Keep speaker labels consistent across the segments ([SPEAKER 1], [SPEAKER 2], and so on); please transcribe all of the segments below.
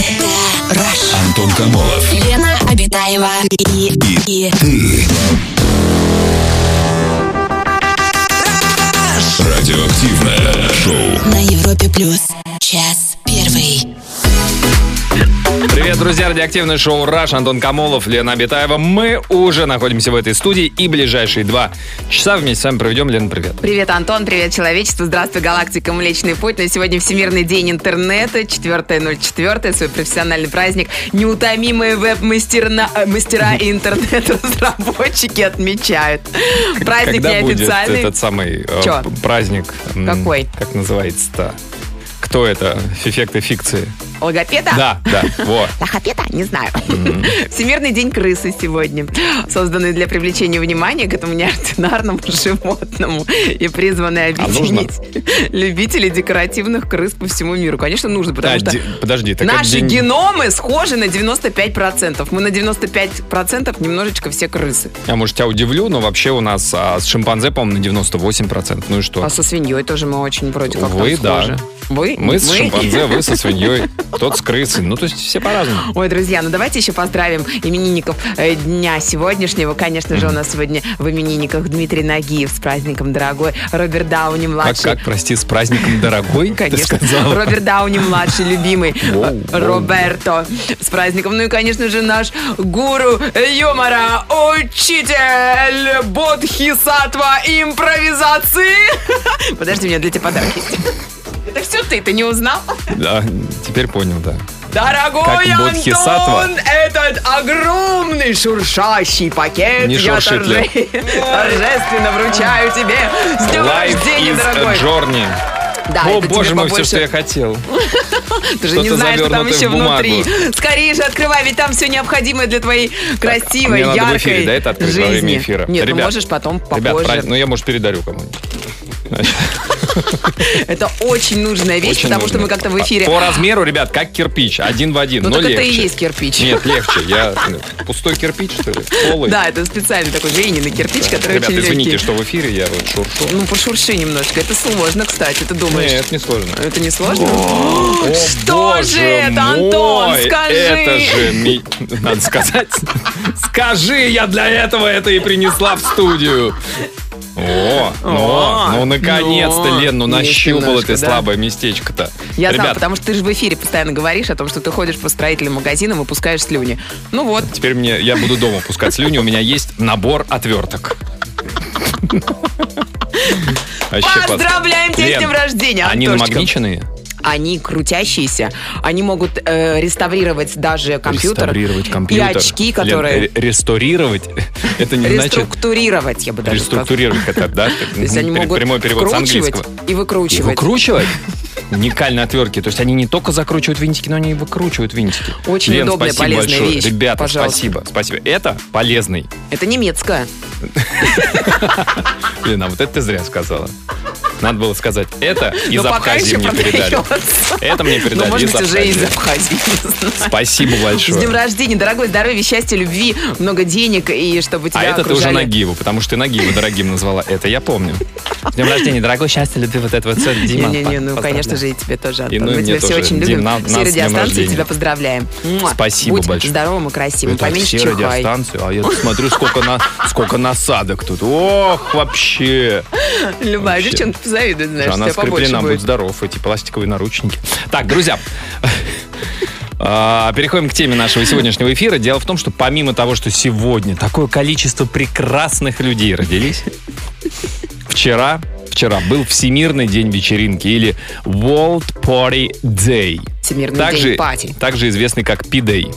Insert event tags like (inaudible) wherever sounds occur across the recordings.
[SPEAKER 1] Это Rush.
[SPEAKER 2] Антон Камолов.
[SPEAKER 1] Лена Обитаева и, и, и
[SPEAKER 2] Ты. Радиоактивное шоу.
[SPEAKER 1] на Европе плюс час первый.
[SPEAKER 3] Привет, друзья! Радиоактивное шоу «Раш». Антон Камолов, Лена Абитаева. Мы уже находимся в этой студии и ближайшие два часа вместе с вами проведем. Лена, привет.
[SPEAKER 4] Привет, Антон, привет, человечество. Здравствуй, галактика Млечный Путь. На сегодня Всемирный день интернета, 4.04, свой профессиональный праздник. Неутомимые веб-мастера э,
[SPEAKER 3] (laughs)
[SPEAKER 4] мастера и интернет-разработчики отмечают. Праздник
[SPEAKER 3] Когда будет
[SPEAKER 4] неофициальный.
[SPEAKER 3] этот самый э,
[SPEAKER 4] Чё?
[SPEAKER 3] п- праздник? М,
[SPEAKER 4] Какой?
[SPEAKER 3] Как называется-то? Кто это? Эффекты фикции.
[SPEAKER 4] Логопеда?
[SPEAKER 3] Да, да,
[SPEAKER 4] (laughs)
[SPEAKER 3] вот.
[SPEAKER 4] Лохопета? Не знаю. (laughs) Всемирный день крысы сегодня. Созданный для привлечения внимания к этому неординарному (laughs) животному и призванный
[SPEAKER 3] А нужно?
[SPEAKER 4] объединить (laughs) любителей декоративных крыс по всему миру. Конечно, нужно, потому
[SPEAKER 3] А,
[SPEAKER 4] что
[SPEAKER 3] де- Подожди, так это
[SPEAKER 4] Наши
[SPEAKER 3] день-
[SPEAKER 4] геномы схожи на 95%. Мы на 95% немножечко все крысы.
[SPEAKER 3] Я, может, тебя удивлю, но вообще у нас а, с шимпанзе, по-моему, на 98%. Ну и что?
[SPEAKER 4] А со свиньей тоже мы очень вроде как
[SPEAKER 3] Вы,
[SPEAKER 4] там
[SPEAKER 3] да.
[SPEAKER 4] схожи. Вы?
[SPEAKER 3] Мы с
[SPEAKER 4] Вы?
[SPEAKER 3] шимпанзе, вы
[SPEAKER 4] (laughs)
[SPEAKER 3] со свиньей, тот с крысой. Ну, то есть все по-разному.
[SPEAKER 4] Ой, друзья, ну давайте еще поздравим именинников э, дня сегодняшнего. Конечно же, у нас сегодня в именинниках Дмитрий Нагиев с праздником, дорогой. Роберт Дауни
[SPEAKER 3] Как,
[SPEAKER 4] младший.
[SPEAKER 3] как, прости, с праздником, дорогой, ты
[SPEAKER 4] Ну, Конечно.
[SPEAKER 3] сказал.
[SPEAKER 4] Роберт Дауни младший, любимый.
[SPEAKER 3] Воу,
[SPEAKER 4] Э,
[SPEAKER 3] воу.
[SPEAKER 4] Роберто. С праздником. Ну и, конечно же, наш гуру юмора, учитель Бодхисатва импровизации. (laughs) Подожди, у меня для тебя подарок есть. Это все ты, ты не узнал?
[SPEAKER 3] Да, теперь понял, да.
[SPEAKER 4] Дорогой
[SPEAKER 3] Как бодхисаттва.
[SPEAKER 4] Антон, этот огромный шуршащий пакет
[SPEAKER 3] Не
[SPEAKER 4] я
[SPEAKER 3] шуршит ли?
[SPEAKER 4] торже- торжественно вручаю тебе. С днем
[SPEAKER 3] Life
[SPEAKER 4] рождения,
[SPEAKER 3] is a
[SPEAKER 4] дорогой.
[SPEAKER 3] journey.
[SPEAKER 4] Да,
[SPEAKER 3] О,
[SPEAKER 4] это тебе
[SPEAKER 3] боже мой, все,
[SPEAKER 4] побольше
[SPEAKER 3] что я хотел.
[SPEAKER 4] Ты же не
[SPEAKER 3] Что-то
[SPEAKER 4] знаешь, что там
[SPEAKER 3] завернутое
[SPEAKER 4] еще
[SPEAKER 3] в бумагу.
[SPEAKER 4] внутри. Скорее же открывай, ведь там все необходимое для твоей красивой,
[SPEAKER 3] Мне надо в
[SPEAKER 4] яркой
[SPEAKER 3] эфире, да, это открыть
[SPEAKER 4] жизни.
[SPEAKER 3] во время эфира.
[SPEAKER 4] Нет,
[SPEAKER 3] Ребят,
[SPEAKER 4] ну можешь потом попозже.
[SPEAKER 3] Ребят, праздник- ну я, может, передарю кому-нибудь.
[SPEAKER 4] Это очень нужная вещь,
[SPEAKER 3] Очень
[SPEAKER 4] потому что мы
[SPEAKER 3] нужно.
[SPEAKER 4] как-то в эфире.
[SPEAKER 3] По размеру, ребят, как кирпич, один в один,
[SPEAKER 4] Ну
[SPEAKER 3] но
[SPEAKER 4] так это и
[SPEAKER 3] легче.
[SPEAKER 4] есть кирпич. (laughs)
[SPEAKER 3] Нет, легче. Я ну, пустой кирпич, что ли? Полый.
[SPEAKER 4] Да, это специальный такой глиняный кирпич, который
[SPEAKER 3] Ребят,
[SPEAKER 4] очень
[SPEAKER 3] извините,
[SPEAKER 4] легкий.
[SPEAKER 3] что в эфире я вот шуршу.
[SPEAKER 4] Ну, пошурши немножко. Это сложно, кстати, ты думаешь. Ну,
[SPEAKER 3] Нет, не сложно.
[SPEAKER 4] Это не сложно?
[SPEAKER 3] О,
[SPEAKER 4] Что
[SPEAKER 3] боже
[SPEAKER 4] же это, Антон,
[SPEAKER 3] мой,
[SPEAKER 4] скажи.
[SPEAKER 3] Это же ми- Надо сказать. Скажи, я для этого это и принесла в студию. О,
[SPEAKER 4] О,
[SPEAKER 3] ну, ну наконец-то,
[SPEAKER 4] ну,
[SPEAKER 3] Лен, ну
[SPEAKER 4] есть
[SPEAKER 3] нащупал
[SPEAKER 4] немножко,
[SPEAKER 3] ты
[SPEAKER 4] да.
[SPEAKER 3] слабое местечко-то.
[SPEAKER 4] Я
[SPEAKER 3] Ребят,
[SPEAKER 4] знаю, потому что ты же в эфире постоянно говоришь о том, что ты ходишь по строительным магазинам и пускаешь слюни. Ну вот,
[SPEAKER 3] теперь мне, я буду дома пускать слюни, у меня есть набор
[SPEAKER 4] (laughs)
[SPEAKER 3] отверток. Вообще класс.
[SPEAKER 4] Поздравляем тебя с
[SPEAKER 3] Лен,
[SPEAKER 4] днем рождения,
[SPEAKER 3] Они
[SPEAKER 4] Антошка.
[SPEAKER 3] намагниченные?
[SPEAKER 4] Они крутящиеся, они могут э, реставрировать даже компьютер.
[SPEAKER 3] Реставрировать компьютер.
[SPEAKER 4] И очки,
[SPEAKER 3] Лен, э,
[SPEAKER 4] которые...
[SPEAKER 3] ре- Ресторировать? (laughs) Это не значит...
[SPEAKER 4] Реструктурировать, я бы даже сказала.
[SPEAKER 3] Реструктурировать это, да?
[SPEAKER 4] То есть они
[SPEAKER 3] Пер-
[SPEAKER 4] могут
[SPEAKER 3] Прямой перевод с
[SPEAKER 4] вкручивать
[SPEAKER 3] английского.
[SPEAKER 4] и
[SPEAKER 3] И
[SPEAKER 4] выкручивать.
[SPEAKER 3] Выкручивать? Уникальные отвертки. То есть они не только закручивают винтики, но они и выкручивают винтики.
[SPEAKER 4] Очень
[SPEAKER 3] Лен,
[SPEAKER 4] удобная,
[SPEAKER 3] спасибо
[SPEAKER 4] полезная
[SPEAKER 3] большое.
[SPEAKER 4] вещь.
[SPEAKER 3] Ребята,
[SPEAKER 4] Пожалуйста.
[SPEAKER 3] спасибо. Спасибо. Это полезный.
[SPEAKER 4] Это немецкая.
[SPEAKER 3] Лен, а вот это ты зря сказала. Надо было сказать,
[SPEAKER 4] (laughs)
[SPEAKER 3] это из
[SPEAKER 4] Но пока
[SPEAKER 3] Абхазии
[SPEAKER 4] еще
[SPEAKER 3] мне передали.
[SPEAKER 4] продается.
[SPEAKER 3] Это мне
[SPEAKER 4] (laughs) Ну,
[SPEAKER 3] передали
[SPEAKER 4] может
[SPEAKER 3] из
[SPEAKER 4] быть, уже из
[SPEAKER 3] Абхазии.
[SPEAKER 4] Абхазии. не знаю.
[SPEAKER 3] Спасибо
[SPEAKER 4] (laughs) С днем
[SPEAKER 3] большое.
[SPEAKER 4] рождения, дорогое здоровья, счастья, любви, много денег и чтобы тебя
[SPEAKER 3] А это ты уже
[SPEAKER 4] окружали.
[SPEAKER 3] Нагиеву, потому что ты Нагиеву дорогим назвала. Это я
[SPEAKER 4] (laughs)
[SPEAKER 3] помню. С днем рождения, дорогой, счастья, любви, вот это вот все. Дима,
[SPEAKER 4] Не-не-не, ну,
[SPEAKER 3] поздравляю.
[SPEAKER 4] конечно же, и тебе тоже, Антон.
[SPEAKER 3] И ну, и
[SPEAKER 4] Мы
[SPEAKER 3] мне
[SPEAKER 4] тебя все
[SPEAKER 3] тоже.
[SPEAKER 4] очень
[SPEAKER 3] Дим,
[SPEAKER 4] любим. все
[SPEAKER 3] на- нас с днем
[SPEAKER 4] радиостанции
[SPEAKER 3] рождения.
[SPEAKER 4] тебя поздравляем. Муа.
[SPEAKER 3] Спасибо
[SPEAKER 4] Будь
[SPEAKER 3] большое.
[SPEAKER 4] здоровым и красивым,
[SPEAKER 3] Это
[SPEAKER 4] поменьше
[SPEAKER 3] все
[SPEAKER 4] чихай.
[SPEAKER 3] радиостанции. А я тут смотрю, сколько, на, сколько насадок тут. Ох, вообще.
[SPEAKER 4] Любая
[SPEAKER 3] Вообще.
[SPEAKER 4] девчонка позавидует, знаешь,
[SPEAKER 3] Она
[SPEAKER 4] тебя а побольше
[SPEAKER 3] скреплена, будь
[SPEAKER 4] будет.
[SPEAKER 3] здоров, эти пластиковые наручники. Так, друзья, (laughs) а, Переходим к теме нашего сегодняшнего эфира. Дело в том, что помимо того, что сегодня такое количество прекрасных людей родились, вчера, вчера был Всемирный день вечеринки или World Party Day.
[SPEAKER 4] Всемирный день пати.
[SPEAKER 3] Также известный как Пидей.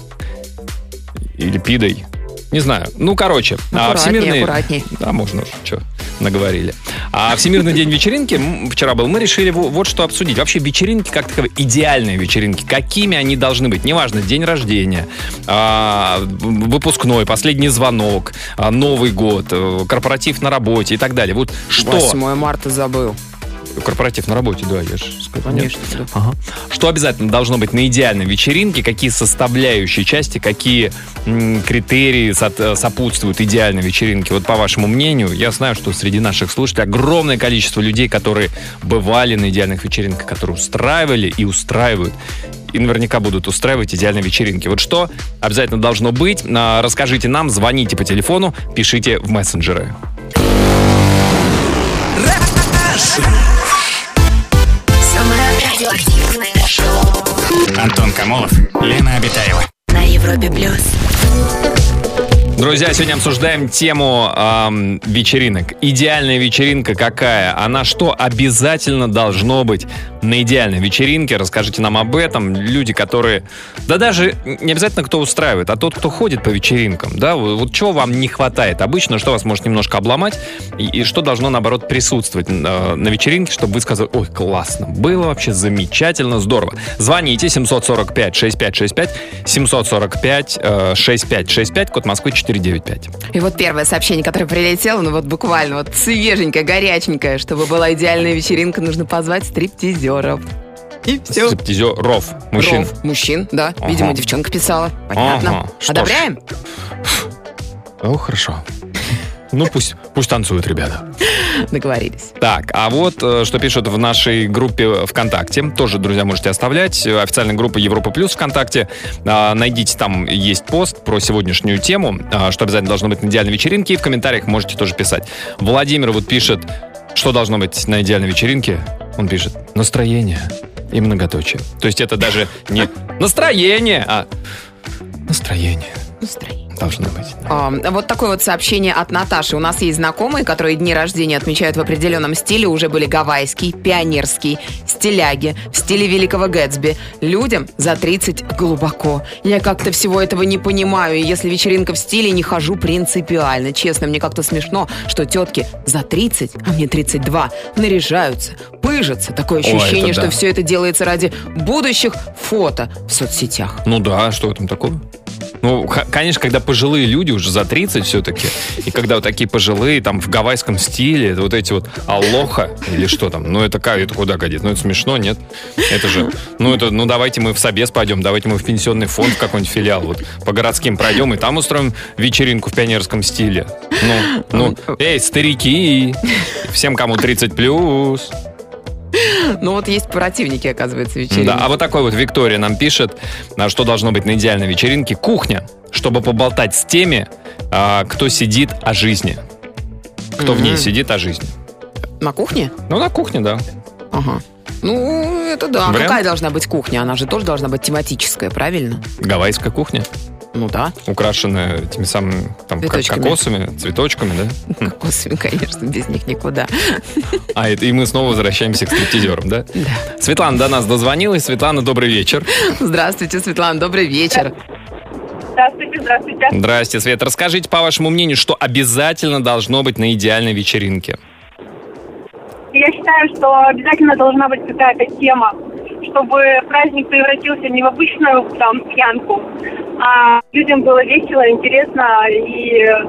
[SPEAKER 3] Или Пидей. Не знаю. Ну, короче. а,
[SPEAKER 4] Аккуратней,
[SPEAKER 3] всемирный...
[SPEAKER 4] аккуратней.
[SPEAKER 3] Да, можно уже. Что, наговорили. А Всемирный день вечеринки м, вчера был. Мы решили во- вот что обсудить. Вообще вечеринки, как таковые, идеальные вечеринки. Какими они должны быть? Неважно, день рождения, а, в- выпускной, последний звонок, а, Новый год, э, корпоратив на работе и так далее. Вот что...
[SPEAKER 4] 8 марта забыл.
[SPEAKER 3] Корпоратив на работе, да, я же сказал.
[SPEAKER 4] Конечно, да.
[SPEAKER 3] Ага. Что обязательно должно быть на идеальной вечеринке? Какие составляющие части, какие м, критерии сот- сопутствуют идеальной вечеринке? Вот по вашему мнению, я знаю, что среди наших слушателей огромное количество людей, которые бывали на идеальных вечеринках, которые устраивали и устраивают. И наверняка будут устраивать идеальные вечеринки. Вот что обязательно должно быть? А, Расскажите нам, звоните по телефону, пишите в мессенджеры.
[SPEAKER 1] Самое радиоактивное шоу
[SPEAKER 5] Антон Камолов, Лена Обитаева.
[SPEAKER 1] на Европе плюс.
[SPEAKER 3] Друзья, сегодня обсуждаем тему ам, вечеринок. Идеальная вечеринка какая? Она что обязательно должно быть на идеальной вечеринке? Расскажите нам об этом. Люди, которые... Да даже не обязательно кто устраивает, а тот, кто ходит по вечеринкам. Да, вот вот чего вам не хватает? Обычно что вас может немножко обломать? И, и что должно, наоборот, присутствовать э, на вечеринке, чтобы вы сказали, ой, классно, было вообще замечательно, здорово. Звоните 745-6565, э, 745-6565, код Москвы 495.
[SPEAKER 4] И вот первое сообщение, которое прилетело, ну вот буквально вот свеженькое, горяченькое. Чтобы была идеальная вечеринка, нужно позвать стриптизеров. И все.
[SPEAKER 3] Стриптизеров, мужчин.
[SPEAKER 4] Ров. Мужчин, да.
[SPEAKER 3] Ага.
[SPEAKER 4] Видимо, девчонка писала. Понятно.
[SPEAKER 3] Ага. Что ж.
[SPEAKER 4] Одобряем?
[SPEAKER 3] О, хорошо. Ну, пусть, пусть танцуют, ребята.
[SPEAKER 4] Договорились.
[SPEAKER 3] Так, а вот э, что пишут в нашей группе ВКонтакте. Тоже, друзья, можете оставлять. Э, Официальная группа Европа Плюс ВКонтакте. А, найдите там есть пост про сегодняшнюю тему, а, что обязательно должно быть на идеальной вечеринке. И в комментариях можете тоже писать. Владимир вот пишет, что должно быть на идеальной вечеринке. Он пишет настроение и многоточие. То есть это даже не настроение, а настроение должно быть.
[SPEAKER 4] А, Вот такое вот сообщение от Наташи. У нас есть знакомые, которые дни рождения отмечают в определенном стиле. Уже были гавайский, пионерский, стиляги, в стиле Великого Гэтсби. Людям за 30 глубоко. Я как-то всего этого не понимаю. И если вечеринка в стиле, не хожу принципиально. Честно, мне как-то смешно, что тетки за 30, а мне 32, наряжаются, пыжатся. Такое
[SPEAKER 3] это
[SPEAKER 4] ощущение, что
[SPEAKER 3] да.
[SPEAKER 4] все это делается ради будущих фото в соцсетях.
[SPEAKER 3] Ну да, что в этом такого? Ну, х- конечно, когда пожилые люди уже за 30 все-таки, и когда вот такие пожилые, там, в гавайском стиле, это вот эти вот алоха или что там, ну, это как, это куда годится? Ну, это смешно, нет? Это же, ну, это, ну, давайте мы в собес пойдем, давайте мы в пенсионный фонд в какой-нибудь филиал, вот, по городским пройдем, и там устроим вечеринку в пионерском стиле. Ну, ну, эй, старики, всем, кому 30 плюс.
[SPEAKER 4] Ну вот есть противники, оказывается, вечеринки.
[SPEAKER 3] Да, а вот такой вот Виктория нам пишет, а, что должно быть на идеальной вечеринке. Кухня, чтобы поболтать с теми, а, кто сидит о жизни. Кто в ней
[SPEAKER 4] Мгм.
[SPEAKER 3] сидит о жизни.
[SPEAKER 4] На кухне?
[SPEAKER 3] Ну, на кухне, да.
[SPEAKER 4] Ага. Ну, это да.
[SPEAKER 3] Вариант?
[SPEAKER 4] Какая должна быть кухня? Она же тоже должна быть тематическая, правильно?
[SPEAKER 3] Гавайская кухня,
[SPEAKER 4] Ну да.
[SPEAKER 3] украшенная теми самыми там, как-
[SPEAKER 4] Цветочками.
[SPEAKER 3] кокосами, цветочками, да?
[SPEAKER 4] Кокосами, конечно, без них никуда.
[SPEAKER 3] А, это, и мы снова возвращаемся к стриптизерам, да?
[SPEAKER 4] (laughs) Да.
[SPEAKER 3] Светлана до нас дозвонилась. Светлана, добрый вечер.
[SPEAKER 4] Здравствуйте, Светлана, добрый вечер.
[SPEAKER 6] Здравствуйте, здравствуйте.
[SPEAKER 3] Здрасте, Свет. Расскажите, по вашему мнению, что обязательно должно быть на идеальной вечеринке?
[SPEAKER 6] Я считаю, что обязательно должна быть какая-то тема, чтобы праздник превратился не в обычную там пьянку, а людям было весело, интересно и э,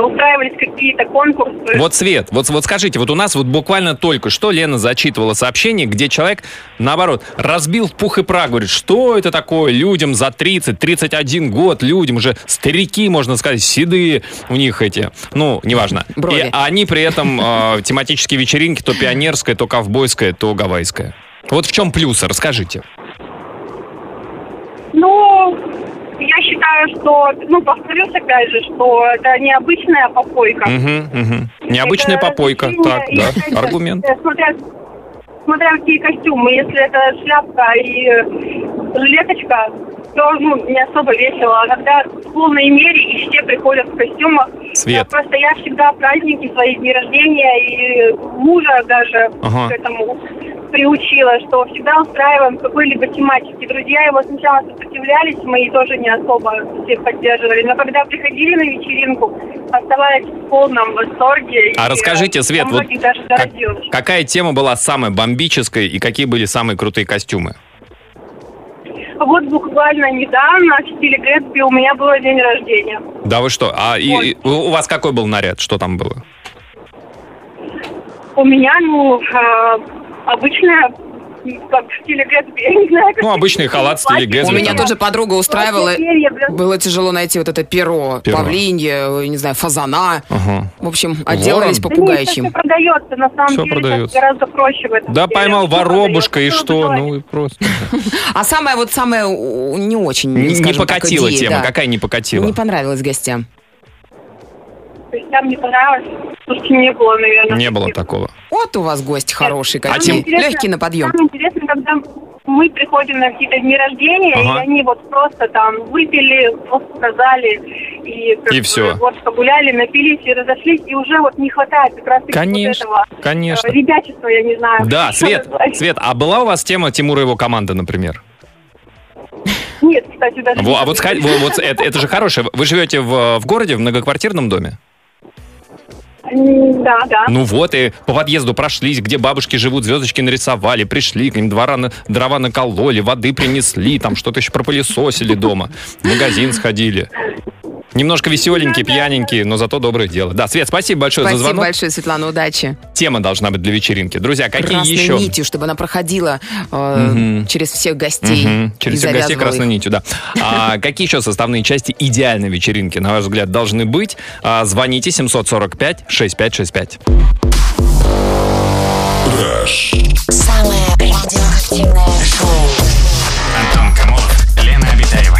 [SPEAKER 6] устраивались какие-то конкурсы.
[SPEAKER 3] Вот Свет, вот, вот скажите, вот у нас вот буквально только что Лена зачитывала сообщение, где человек, наоборот, разбил в пух и прах, говорит, что это такое людям за 30, 31 год, людям уже старики, можно сказать, седые у них эти, ну, неважно.
[SPEAKER 4] Брови.
[SPEAKER 3] И они при этом э, тематические вечеринки, то пионерская, то ковбойская, то гавайская. Вот в чем плюсы, расскажите.
[SPEAKER 6] Ну, я считаю, что, ну, повторюсь опять же, что это необычная попойка.
[SPEAKER 3] Мгм, мгм. Необычная
[SPEAKER 6] Это
[SPEAKER 3] попойка, так,
[SPEAKER 6] развлечение,
[SPEAKER 3] да,
[SPEAKER 6] и, конечно,
[SPEAKER 3] аргумент.
[SPEAKER 6] э, Смотря, смотря какие костюмы, если это шляпка и э, жилеточка, то ну, не особо весело. А когда в полной мере и все приходят в костюмах,
[SPEAKER 3] Свет.
[SPEAKER 6] Я просто я всегда праздники свои, дни рождения и мужа даже
[SPEAKER 3] Ага.
[SPEAKER 6] к этому приучила, что всегда устраиваем какой-либо тематики. Друзья его сначала сопротивлялись, мы и тоже не особо всех поддерживали. Но когда приходили на вечеринку, оставались в полном восторге.
[SPEAKER 3] А
[SPEAKER 6] И,
[SPEAKER 3] расскажите,
[SPEAKER 6] э,
[SPEAKER 3] Свет,
[SPEAKER 6] у
[SPEAKER 3] вот
[SPEAKER 6] многих даже
[SPEAKER 3] как-
[SPEAKER 6] зародилось.
[SPEAKER 3] какая тема была самая бомбическая и какие были самые крутые костюмы?
[SPEAKER 6] Вот буквально недавно в стиле Гэтсби у меня было день рождения.
[SPEAKER 3] Да вы что? А и,
[SPEAKER 6] Ой.
[SPEAKER 3] и у вас какой был наряд? Что там было?
[SPEAKER 6] У меня, ну, э, обычная, как в стиле Гэтсби, (laughs) я не знаю, как...
[SPEAKER 3] Ну, обычный халат в стиле
[SPEAKER 6] Платье.
[SPEAKER 3] Гэтсби
[SPEAKER 4] У меня
[SPEAKER 3] там.
[SPEAKER 4] тоже подруга устраивала.
[SPEAKER 6] Перья, бля.
[SPEAKER 4] Было тяжело найти вот это перо,
[SPEAKER 3] Перо.
[SPEAKER 4] павлинье, э, не знаю, фазана.
[SPEAKER 3] Ага.
[SPEAKER 4] В общем, отделались
[SPEAKER 3] Ворон.
[SPEAKER 6] Да нет, это всё
[SPEAKER 4] попугайчим.
[SPEAKER 6] продается, на самом
[SPEAKER 3] Всё
[SPEAKER 6] деле, это
[SPEAKER 3] продается.
[SPEAKER 6] гораздо проще в этом
[SPEAKER 3] Да
[SPEAKER 6] деле.
[SPEAKER 3] поймал
[SPEAKER 6] Всё
[SPEAKER 3] воробушка и
[SPEAKER 6] продается.
[SPEAKER 3] что?
[SPEAKER 6] продается.
[SPEAKER 3] Ну и просто.
[SPEAKER 4] А самое вот самое у- не очень,
[SPEAKER 3] Не не
[SPEAKER 4] скажем так,
[SPEAKER 3] покатила
[SPEAKER 4] идея,
[SPEAKER 3] тема.
[SPEAKER 4] да. Ну,
[SPEAKER 3] Какая не покатила?
[SPEAKER 4] Не понравилось гостям.
[SPEAKER 6] То есть там не понравилось, слушайте, не было, наверное.
[SPEAKER 3] Не было такого.
[SPEAKER 4] Вот у вас гость хороший,
[SPEAKER 6] Самое
[SPEAKER 3] А тем-
[SPEAKER 4] какие.
[SPEAKER 6] интересное-
[SPEAKER 4] Легкий на подъем.
[SPEAKER 6] Самое интересное, когда мы приходим на какие-то дни рождения,
[SPEAKER 3] Ага.
[SPEAKER 6] и они вот просто там выпили, просто сказали, и, как
[SPEAKER 3] И
[SPEAKER 6] бы
[SPEAKER 3] всё.
[SPEAKER 6] вот погуляли, напились и разошлись, и уже вот не хватает как раз таки
[SPEAKER 3] Конечно,
[SPEAKER 6] вот этого
[SPEAKER 3] конечно.
[SPEAKER 6] э, ребячества, я не знаю.
[SPEAKER 3] Да,
[SPEAKER 6] что
[SPEAKER 3] Свет,
[SPEAKER 6] назвать.
[SPEAKER 3] Свет, а была у вас тема Тимура и его команды, например?
[SPEAKER 6] Нет, кстати, даже...
[SPEAKER 3] Во,
[SPEAKER 6] не
[SPEAKER 3] а вот,
[SPEAKER 6] знаю.
[SPEAKER 3] сходи- во- вот это, это же хорошее. Вы живете в, в городе, в многоквартирном доме?
[SPEAKER 6] М, Да, да.
[SPEAKER 3] Ну вот, и по подъезду прошлись, где бабушки живут, звездочки нарисовали, пришли, к ним двора на- дрова накололи, воды принесли, там что-то еще пропылесосили дома, в магазин сходили. Немножко веселенькие, пьяненькие, но зато доброе дело. Да, Свет, спасибо большое за
[SPEAKER 4] Спасибо
[SPEAKER 3] звонок.
[SPEAKER 4] большое, Светлана, удачи.
[SPEAKER 3] Тема должна быть для вечеринки. Друзья, какие
[SPEAKER 4] красной
[SPEAKER 3] еще?
[SPEAKER 4] нитью, чтобы она проходила э,
[SPEAKER 3] Мгм.
[SPEAKER 4] через всех гостей.
[SPEAKER 3] Мгм.
[SPEAKER 4] и
[SPEAKER 3] Через всех гостей
[SPEAKER 4] завязывала их.
[SPEAKER 3] красной нитью, да.
[SPEAKER 4] (laughs)
[SPEAKER 3] А какие еще составные части идеальной вечеринки, на ваш взгляд, должны быть? А, звоните 745-6565.
[SPEAKER 1] Самое радиоактивное шоу.
[SPEAKER 5] Антон Камолов, Лена Обитаева.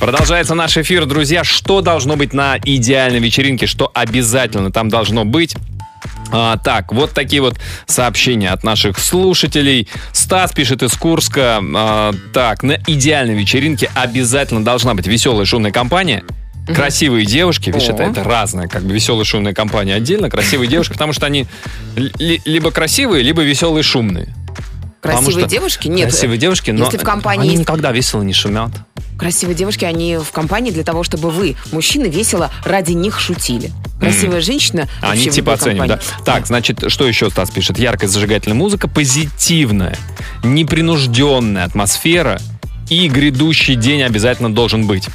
[SPEAKER 3] Продолжается наш эфир, друзья. Что должно быть на идеальной вечеринке? Что обязательно там должно быть? А, так, вот такие вот сообщения от наших слушателей. Стас пишет из Курска. А, так, на идеальной вечеринке обязательно должна быть веселая шумная компания. Красивые девушки, видишь, это,
[SPEAKER 4] О.
[SPEAKER 3] это разное, как бы веселая шумная компания отдельно, красивые девушки, потому что они ли- либо красивые, либо веселые шумные. Потому
[SPEAKER 4] Красивые
[SPEAKER 3] что
[SPEAKER 4] девушки? Нет.
[SPEAKER 3] красивые девушки, но
[SPEAKER 4] Если в компании
[SPEAKER 3] они
[SPEAKER 4] есть-
[SPEAKER 3] никогда весело не шумят.
[SPEAKER 4] э, Красивые девушки, они в компании для того, чтобы вы, мужчины, весело ради них шутили. Красивая женщина
[SPEAKER 3] А
[SPEAKER 4] вообще
[SPEAKER 3] Они
[SPEAKER 4] в
[SPEAKER 3] типа
[SPEAKER 4] любой
[SPEAKER 3] оценим, да.
[SPEAKER 4] компании.
[SPEAKER 3] Так, значит, что еще Стас пишет? Яркая зажигательная музыка, позитивная, непринужденная атмосфера и грядущий день обязательно должен быть.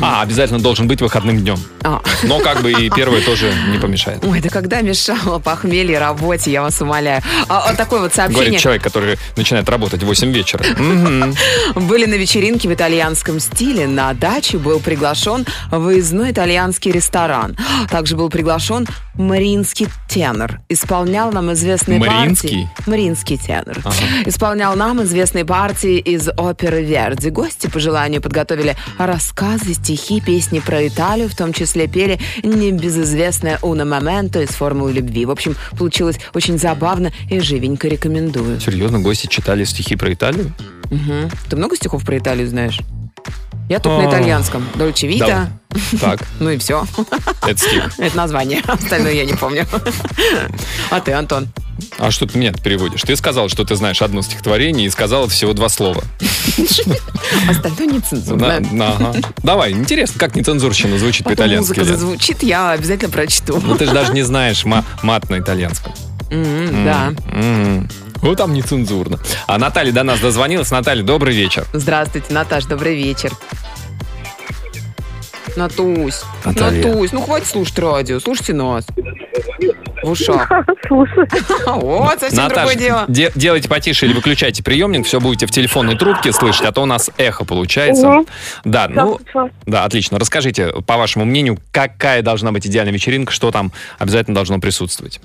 [SPEAKER 3] А, обязательно должен быть выходным днем.
[SPEAKER 4] А.
[SPEAKER 3] Но как бы и первый тоже не помешает.
[SPEAKER 4] Ой, да когда мешало похмелье работе, я вас умоляю. А, а такое вот сообщение.
[SPEAKER 3] Говорит человек, который начинает работать в 8 вечера. Мгм.
[SPEAKER 4] Были на вечеринке в итальянском стиле. На даче был приглашен выездной итальянский ресторан. Также был приглашен мариинский тенор. Исполнял нам известные
[SPEAKER 3] Мариинский?
[SPEAKER 4] партии. Мариинский тенор.
[SPEAKER 3] Ага.
[SPEAKER 4] Исполнял нам известные партии из оперы Верди. Гости по желанию подготовили рассказы, стихи, песни про Италию, в том числе пели небезызвестное «Уна моменто» из «Формулы любви». В общем, получилось очень забавно и живенько рекомендую.
[SPEAKER 3] Серьезно, гости читали стихи про Италию?
[SPEAKER 4] Мгм. Ты много стихов про Италию знаешь? Я только
[SPEAKER 3] А.
[SPEAKER 4] на итальянском. Дольче Вита.
[SPEAKER 3] Да. Так,
[SPEAKER 4] Ну и все.
[SPEAKER 3] это стих.
[SPEAKER 4] (laughs) Это название. (laughs) Остальное я не помню. (laughs) А ты, Антон?
[SPEAKER 3] А что ты меня переводишь? Ты сказал, что ты знаешь одно стихотворение и сказал всего два слова.
[SPEAKER 4] Остальное не
[SPEAKER 3] Да,
[SPEAKER 4] цензурное.
[SPEAKER 3] да, ага. Давай, интересно, как нецензурщина звучит
[SPEAKER 4] Потом
[SPEAKER 3] по-итальянски.
[SPEAKER 4] музыка
[SPEAKER 3] Лен?
[SPEAKER 4] зазвучит, я обязательно прочту.
[SPEAKER 3] Ну ты же даже не знаешь ма- мат на итальянском.
[SPEAKER 4] М, (laughs) Да.
[SPEAKER 3] М. Ну там нецензурно. А Наталья до нас дозвонилась. Наталья, добрый вечер.
[SPEAKER 4] Здравствуйте, Наташ, добрый вечер. Натусь,
[SPEAKER 3] Наталья.
[SPEAKER 4] Натусь, ну хватит слушать радио, слушайте нас. В ушах. (laughs)
[SPEAKER 6] Слушай,
[SPEAKER 4] Вот, совсем
[SPEAKER 3] Наташа,
[SPEAKER 4] другое дело.
[SPEAKER 3] де- делайте потише или выключайте приемник, все будете в телефонной трубке слышать, а то у нас эхо получается.
[SPEAKER 6] Мгм.
[SPEAKER 3] Да, ну,
[SPEAKER 6] слушала.
[SPEAKER 3] да, отлично. Расскажите, по вашему мнению, какая должна быть идеальная вечеринка, что там обязательно должно присутствовать?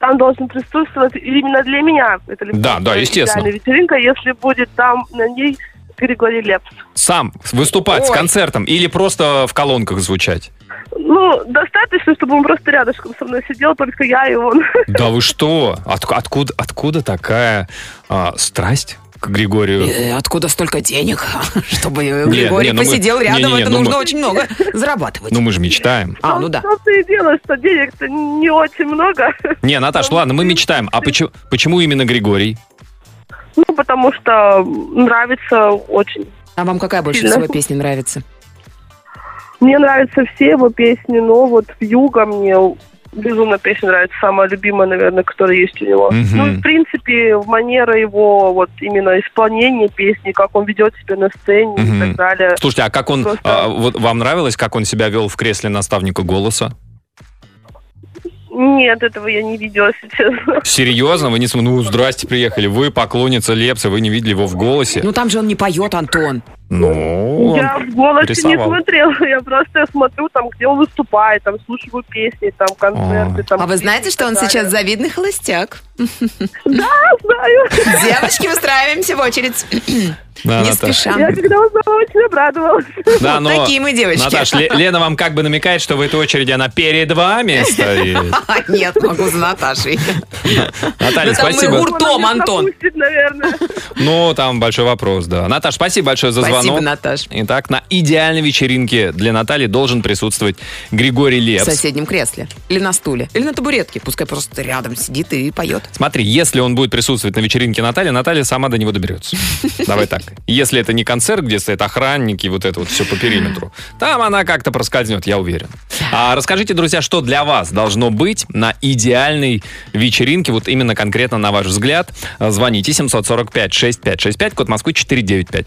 [SPEAKER 7] там должен присутствовать именно для меня. Это
[SPEAKER 3] Да, да, естественно.
[SPEAKER 7] идеальная вечеринка, если будет там на ней Григорий Лепс.
[SPEAKER 3] Сам выступать с
[SPEAKER 4] Ой.
[SPEAKER 3] концертом или просто в
[SPEAKER 4] (laughs)
[SPEAKER 3] колонках звучать?
[SPEAKER 7] Ну, достаточно, чтобы он просто рядышком со мной сидел, только я и он.
[SPEAKER 3] Да вы что? Отк- откуда, откуда такая а, страсть к Григорию?
[SPEAKER 4] Э, Откуда столько денег, (laughs) чтобы э,
[SPEAKER 3] Не,
[SPEAKER 4] Григорий
[SPEAKER 3] не, ну мы-
[SPEAKER 4] посидел
[SPEAKER 3] не, не,
[SPEAKER 4] рядом?
[SPEAKER 3] не,
[SPEAKER 4] Это
[SPEAKER 3] ну
[SPEAKER 4] нужно
[SPEAKER 3] мы-
[SPEAKER 4] очень много (laughs) зарабатывать.
[SPEAKER 3] Ну, мы же мечтаем.
[SPEAKER 4] А, ну да.
[SPEAKER 7] Что ты и дело, что денег-то не очень много. (laughs)
[SPEAKER 3] Не, Наташ, ладно, мы мечтаем. А почему, почему именно Григорий?
[SPEAKER 7] Ну, потому что нравится очень.
[SPEAKER 4] А вам какая больше
[SPEAKER 7] Да.
[SPEAKER 4] всего песня нравится?
[SPEAKER 7] Мне нравятся все его песни, но вот «Вьюга» мне безумно песня нравится, самая любимая, наверное, которая есть у него.
[SPEAKER 3] Мгм.
[SPEAKER 7] Ну, и, в принципе, манера его, вот именно исполнение песни, как он ведет себя на сцене
[SPEAKER 3] Мгм.
[SPEAKER 7] и так далее.
[SPEAKER 3] Слушайте, а как он...
[SPEAKER 7] Просто-
[SPEAKER 3] а, вот вам нравилось, как он себя вел в кресле наставника голоса?
[SPEAKER 7] Нет, этого я не видела, если честно.
[SPEAKER 3] Серьезно? Вы не... см- Ну, здрасте, приехали. Вы поклонница Лепса, вы не видели его в голосе?
[SPEAKER 4] Ну там же он не поет, Антон.
[SPEAKER 3] Ну, он-
[SPEAKER 7] я в голосе не
[SPEAKER 3] рисовал.
[SPEAKER 7] смотрела, (laughs) я просто смотрю там, где он выступает, там слушаю его песни, там концерты. Там,
[SPEAKER 4] А вы
[SPEAKER 7] песни
[SPEAKER 4] знаете,
[SPEAKER 7] и
[SPEAKER 4] что он
[SPEAKER 7] так
[SPEAKER 4] сейчас
[SPEAKER 7] далее.
[SPEAKER 4] завидный холостяк?
[SPEAKER 7] Да, (laughs) знаю.
[SPEAKER 4] Девочки, устраиваемся в очередь.
[SPEAKER 3] Да,
[SPEAKER 4] Не
[SPEAKER 3] Наташ.
[SPEAKER 4] спеша.
[SPEAKER 7] Я когда узнала, очень обрадовалась.
[SPEAKER 3] Да,
[SPEAKER 4] Вот
[SPEAKER 3] но-
[SPEAKER 4] Такие мы девочки.
[SPEAKER 3] Наташ, Ле- Лена вам как бы намекает, что в этой очереди она перед вами
[SPEAKER 4] (laughs)
[SPEAKER 3] стоит.
[SPEAKER 4] А, Нет, могу за Наташей.
[SPEAKER 3] Наталья,
[SPEAKER 4] Ну, там мы
[SPEAKER 3] спасибо.
[SPEAKER 4] ур- Ртом,
[SPEAKER 7] Она меня
[SPEAKER 4] Антон.
[SPEAKER 7] запустит, наверное.
[SPEAKER 3] Ну, там большой вопрос, да. Наташ, спасибо большое за звонок.
[SPEAKER 4] Спасибо, Наташ.
[SPEAKER 3] Итак, на идеальной вечеринке для Натальи должен присутствовать Григорий
[SPEAKER 4] В
[SPEAKER 3] Лепс.
[SPEAKER 4] соседнем кресле. Или на стуле. Или на табуретке. Пускай просто рядом сидит и поет.
[SPEAKER 3] Смотри, если он будет присутствовать на вечеринке Натальи, Наталья сама до него доберется. Давай так. Если это не концерт, где стоят охранники, вот это вот все по периметру, там она как-то проскользнет, я уверен. А расскажите, друзья, что для вас должно быть на идеальной вечеринке, вот именно конкретно на ваш взгляд. Звоните 745-6565, код Москвы 495.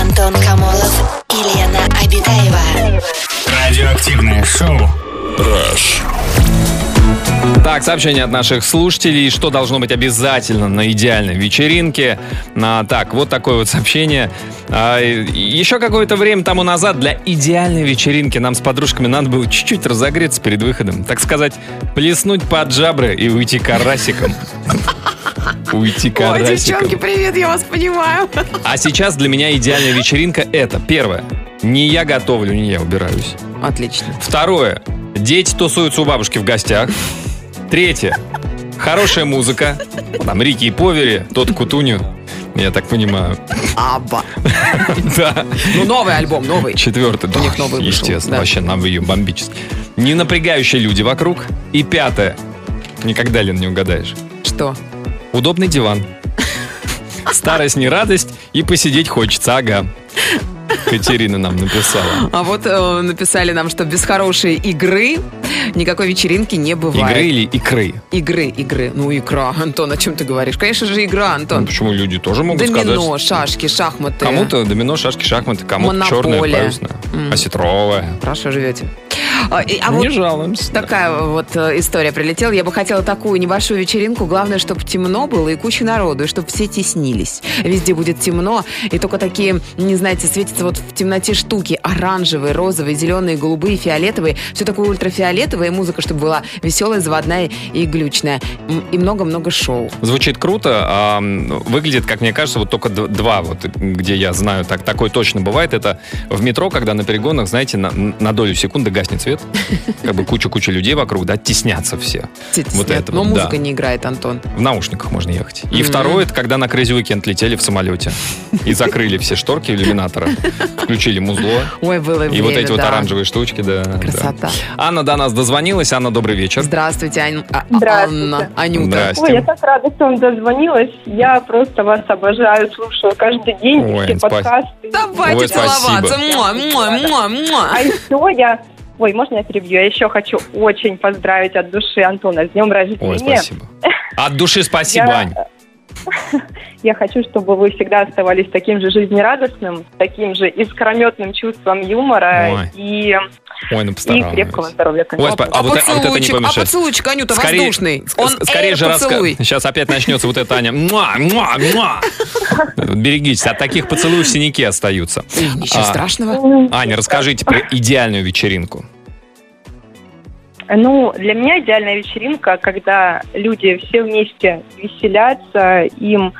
[SPEAKER 1] Антон Камолов и Лена Обитаева.
[SPEAKER 5] Радиоактивное шоу.
[SPEAKER 2] Rush.
[SPEAKER 3] Так, сообщение от наших слушателей. Что должно быть обязательно на идеальной вечеринке? А, так, вот такое вот сообщение. А, и- и еще какое-то время тому назад для идеальной вечеринки нам с подружками надо было чуть-чуть разогреться перед выходом. Так сказать, плеснуть под жабры и
[SPEAKER 4] (laughs)
[SPEAKER 3] уйти карасиком. Уйти
[SPEAKER 4] Ой, девчонки,
[SPEAKER 3] карасиком.
[SPEAKER 4] привет, я вас понимаю.
[SPEAKER 3] (laughs) А сейчас для меня идеальная вечеринка это. Первое. Не я готовлю, не я убираюсь.
[SPEAKER 4] Отлично.
[SPEAKER 3] Второе. Дети тусуются у бабушки в гостях. Третье. Хорошая музыка. Там Рики и Повери, тот Кутуню. Я так понимаю. (laughs)
[SPEAKER 4] Абба.
[SPEAKER 3] Да.
[SPEAKER 4] Ну, новый альбом, новый.
[SPEAKER 3] Четвертый.
[SPEAKER 4] У них новый вышел,
[SPEAKER 3] Естественно,
[SPEAKER 4] да.
[SPEAKER 3] вообще нам ее бомбически. Не напрягающие люди вокруг. И пятое. Никогда, Лен, не угадаешь.
[SPEAKER 4] Что?
[SPEAKER 3] Удобный диван. Старость не радость, и посидеть хочется, ага. Катерина нам написала.
[SPEAKER 4] А вот э, написали нам, что без хорошей игры никакой вечеринки не бывает.
[SPEAKER 3] Игры или икры?
[SPEAKER 4] Игры, игры. Ну, игра, Антон, о чем ты говоришь? Конечно же, игра,
[SPEAKER 3] Ну,
[SPEAKER 4] Антон.
[SPEAKER 3] почему люди тоже могут сказать?
[SPEAKER 4] Домино, шашки, шахматы.
[SPEAKER 3] Кому-то домино, шашки, шахматы, кому-то
[SPEAKER 4] Монополия.
[SPEAKER 3] черная, парусная,
[SPEAKER 4] М.
[SPEAKER 3] осетровая.
[SPEAKER 4] Хорошо живете. А, и- а
[SPEAKER 3] Ну, не
[SPEAKER 4] вот
[SPEAKER 3] жалуемся.
[SPEAKER 4] такая вот э, история прилетела. Я бы хотела такую небольшую вечеринку. Главное, чтобы темно было и куча народу, и чтобы все теснились. Везде будет темно, и только такие, не знаете, светятся вот в темноте штуки. Оранжевые, розовые, зеленые, голубые, фиолетовые. Все такое ультрафиолетовое, и музыка, чтобы была веселая, заводная и глючная. М, И много-много шоу.
[SPEAKER 3] Звучит круто, а м, выглядит, как мне кажется, вот только д- два, вот где я знаю, так такое точно бывает. Это в метро, когда на перегонах, знаете, на, на долю секунды гаснет
[SPEAKER 4] (laughs)
[SPEAKER 3] свет, как бы куча-куча людей вокруг, да, теснятся все.
[SPEAKER 4] Все
[SPEAKER 3] Вот
[SPEAKER 4] теснят.
[SPEAKER 3] это
[SPEAKER 4] Но
[SPEAKER 3] вот, да.
[SPEAKER 4] музыка не играет, Антон.
[SPEAKER 3] В наушниках можно ехать. И
[SPEAKER 4] Мгм.
[SPEAKER 3] второе, это когда на Crazy Weekend летели в самолете и закрыли все шторки иллюминатора, включили музло.
[SPEAKER 4] Ой, было
[SPEAKER 3] И
[SPEAKER 4] время,
[SPEAKER 3] вот эти вот
[SPEAKER 4] да.
[SPEAKER 3] оранжевые штучки, да. да.
[SPEAKER 4] Красота.
[SPEAKER 3] Анна до нас дозвонилась. Анна, добрый вечер.
[SPEAKER 4] Здравствуйте, Ань- а-
[SPEAKER 6] Здравствуйте.
[SPEAKER 4] Анна. Анюта.
[SPEAKER 3] Здрасте.
[SPEAKER 6] Ой, я так рада, что вам дозвонилась. Я просто вас обожаю, слушаю каждый день
[SPEAKER 3] Ой,
[SPEAKER 6] все
[SPEAKER 3] спа-
[SPEAKER 6] подкасты.
[SPEAKER 4] Давайте
[SPEAKER 3] Ой, спасибо.
[SPEAKER 4] целоваться. Муа, муа, муа, муа.
[SPEAKER 6] А еще я... Ой, можно я перебью? Я еще хочу очень поздравить от души Антона с днем рождения. (laughs)
[SPEAKER 3] Ой, спасибо. От души спасибо,
[SPEAKER 6] Я-
[SPEAKER 3] Ань.
[SPEAKER 6] Я хочу, чтобы вы всегда оставались таким же жизнерадостным, таким же искрометным чувством юмора
[SPEAKER 3] Ой,
[SPEAKER 6] и,
[SPEAKER 3] Ой, ну
[SPEAKER 6] и
[SPEAKER 3] постаралась.
[SPEAKER 6] крепкого здоровья. конечно.
[SPEAKER 3] Ой, спа- а,
[SPEAKER 4] А
[SPEAKER 3] вот, а вот это не
[SPEAKER 4] поцелуйчик, а
[SPEAKER 3] помешает.
[SPEAKER 4] поцелуйчик, Анюта, воздушный.
[SPEAKER 3] ск-
[SPEAKER 4] Он
[SPEAKER 3] скорее
[SPEAKER 4] эр
[SPEAKER 3] же (laughs)
[SPEAKER 4] поцелуй.
[SPEAKER 3] Сейчас опять начнется вот это Аня. Муа, муа, муа. Берегитесь, от таких поцелуев синяки остаются.
[SPEAKER 4] Ой, Ничего
[SPEAKER 3] А.
[SPEAKER 4] страшного.
[SPEAKER 3] Аня, расскажите про идеальную вечеринку.
[SPEAKER 6] Ну, для меня идеальная вечеринка, когда люди все вместе веселятся, им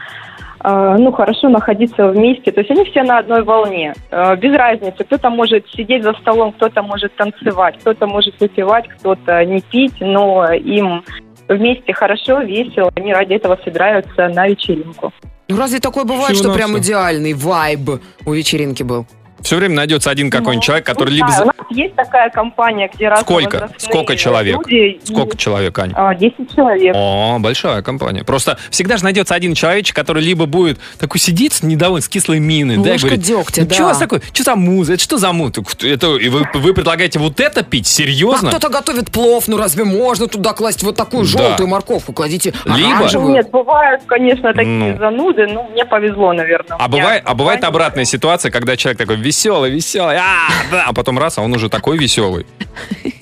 [SPEAKER 6] э, ну, хорошо находиться вместе. То есть они все на одной волне. Э, без разницы. Кто-то может сидеть за столом, кто-то может танцевать, кто-то может выпивать, кто-то не пить, но им вместе хорошо, весело. Они ради этого собираются на вечеринку.
[SPEAKER 4] Ну разве такое бывает, что прям
[SPEAKER 3] Всего-навсего.
[SPEAKER 4] идеальный вайб у вечеринки был?
[SPEAKER 3] Все время найдется один
[SPEAKER 6] Ну,
[SPEAKER 3] какой-нибудь человек, который
[SPEAKER 6] Не
[SPEAKER 3] либо...
[SPEAKER 6] знаю,
[SPEAKER 3] за-
[SPEAKER 6] У нас есть такая компания, где разные
[SPEAKER 3] Сколько?
[SPEAKER 6] возрастные
[SPEAKER 3] Сколько человек?
[SPEAKER 6] люди,
[SPEAKER 3] Сколько человек, Ань?
[SPEAKER 6] и, а, 10 человек.
[SPEAKER 3] О, большая компания. Просто всегда же найдется один человечек, который либо будет такой сидеть с недоволен, с кислой миной, да, и
[SPEAKER 4] Ложка
[SPEAKER 3] говорит,
[SPEAKER 4] дегтя,
[SPEAKER 3] «Ну,
[SPEAKER 4] да».
[SPEAKER 3] Что у вас такое? Что за музыка? Это что за музыка? Это, и вы, вы предлагаете вот это пить?
[SPEAKER 8] А
[SPEAKER 3] Серьезно?
[SPEAKER 8] кто-то готовит плов, ну разве можно туда класть вот такую
[SPEAKER 3] Да.
[SPEAKER 8] желтую морковку? Кладите
[SPEAKER 3] Либо-
[SPEAKER 8] оранжевую.
[SPEAKER 6] Ну, Нет, бывают, конечно, такие
[SPEAKER 3] Ну.
[SPEAKER 6] зануды, но мне повезло, наверное.
[SPEAKER 3] А бывает, а бывает обратная ситуация, когда человек такой веселый, веселый, а, да, а потом раз, а он уже такой веселый,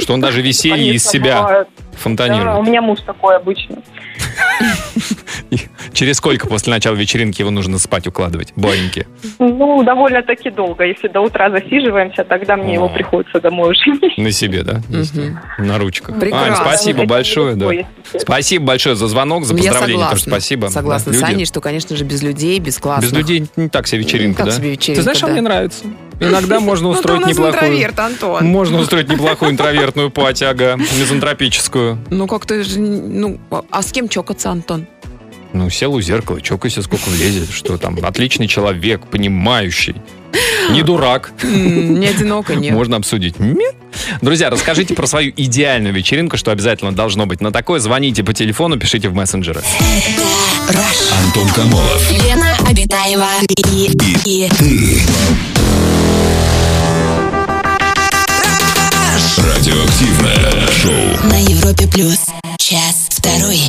[SPEAKER 3] что он даже веселье из себя
[SPEAKER 6] Да, у
[SPEAKER 3] фонтанирует.
[SPEAKER 6] меня муж такой обычно.
[SPEAKER 3] Через сколько после начала вечеринки его нужно спать укладывать? Боеньки.
[SPEAKER 6] Ну, довольно-таки долго. Если до утра засиживаемся, тогда мне его
[SPEAKER 3] О.
[SPEAKER 6] приходится домой уже.
[SPEAKER 3] На себе, да? На ручках.
[SPEAKER 4] Прекрасно.
[SPEAKER 3] Ань,
[SPEAKER 6] (laughs)
[SPEAKER 3] спасибо большое, да. Спасибо большое за звонок, за
[SPEAKER 4] Ну, Я
[SPEAKER 3] поздравление.
[SPEAKER 4] согласна.
[SPEAKER 3] тоже спасибо.
[SPEAKER 4] Согласна
[SPEAKER 3] Да,
[SPEAKER 4] с
[SPEAKER 3] люди.
[SPEAKER 4] Аней, что, конечно же, без людей, без класса.
[SPEAKER 3] Без людей не так себе вечеринка,
[SPEAKER 4] Как
[SPEAKER 3] да?
[SPEAKER 4] себе вечеринка,
[SPEAKER 3] Ты знаешь, а
[SPEAKER 4] да.
[SPEAKER 3] мне нравится. Иногда
[SPEAKER 4] (laughs)
[SPEAKER 3] можно
[SPEAKER 4] Ну, ты у
[SPEAKER 3] устроить
[SPEAKER 4] нас
[SPEAKER 3] неплохую...
[SPEAKER 4] интроверт, Антон.
[SPEAKER 3] Можно устроить неплохую интровертную пати, ага, мизантропическую.
[SPEAKER 4] Ну, как ты же... Ну, а- а с кем чокаться,
[SPEAKER 3] (laughs)
[SPEAKER 4] Антон?
[SPEAKER 3] Ну, сел у зеркала, чокайся, сколько влезет, что там. Отличный человек, понимающий. Не дурак.
[SPEAKER 4] М, Не одиноко, нет.
[SPEAKER 3] Можно обсудить. Нет. Друзья, расскажите про свою идеальную вечеринку, что обязательно должно быть. На такое звоните по телефону, пишите в мессенджеры.
[SPEAKER 2] Антон Камолов.
[SPEAKER 1] Лена Обитаева и, и, и
[SPEAKER 2] Радиоактивное шоу.
[SPEAKER 1] на Европе плюс. Час второй.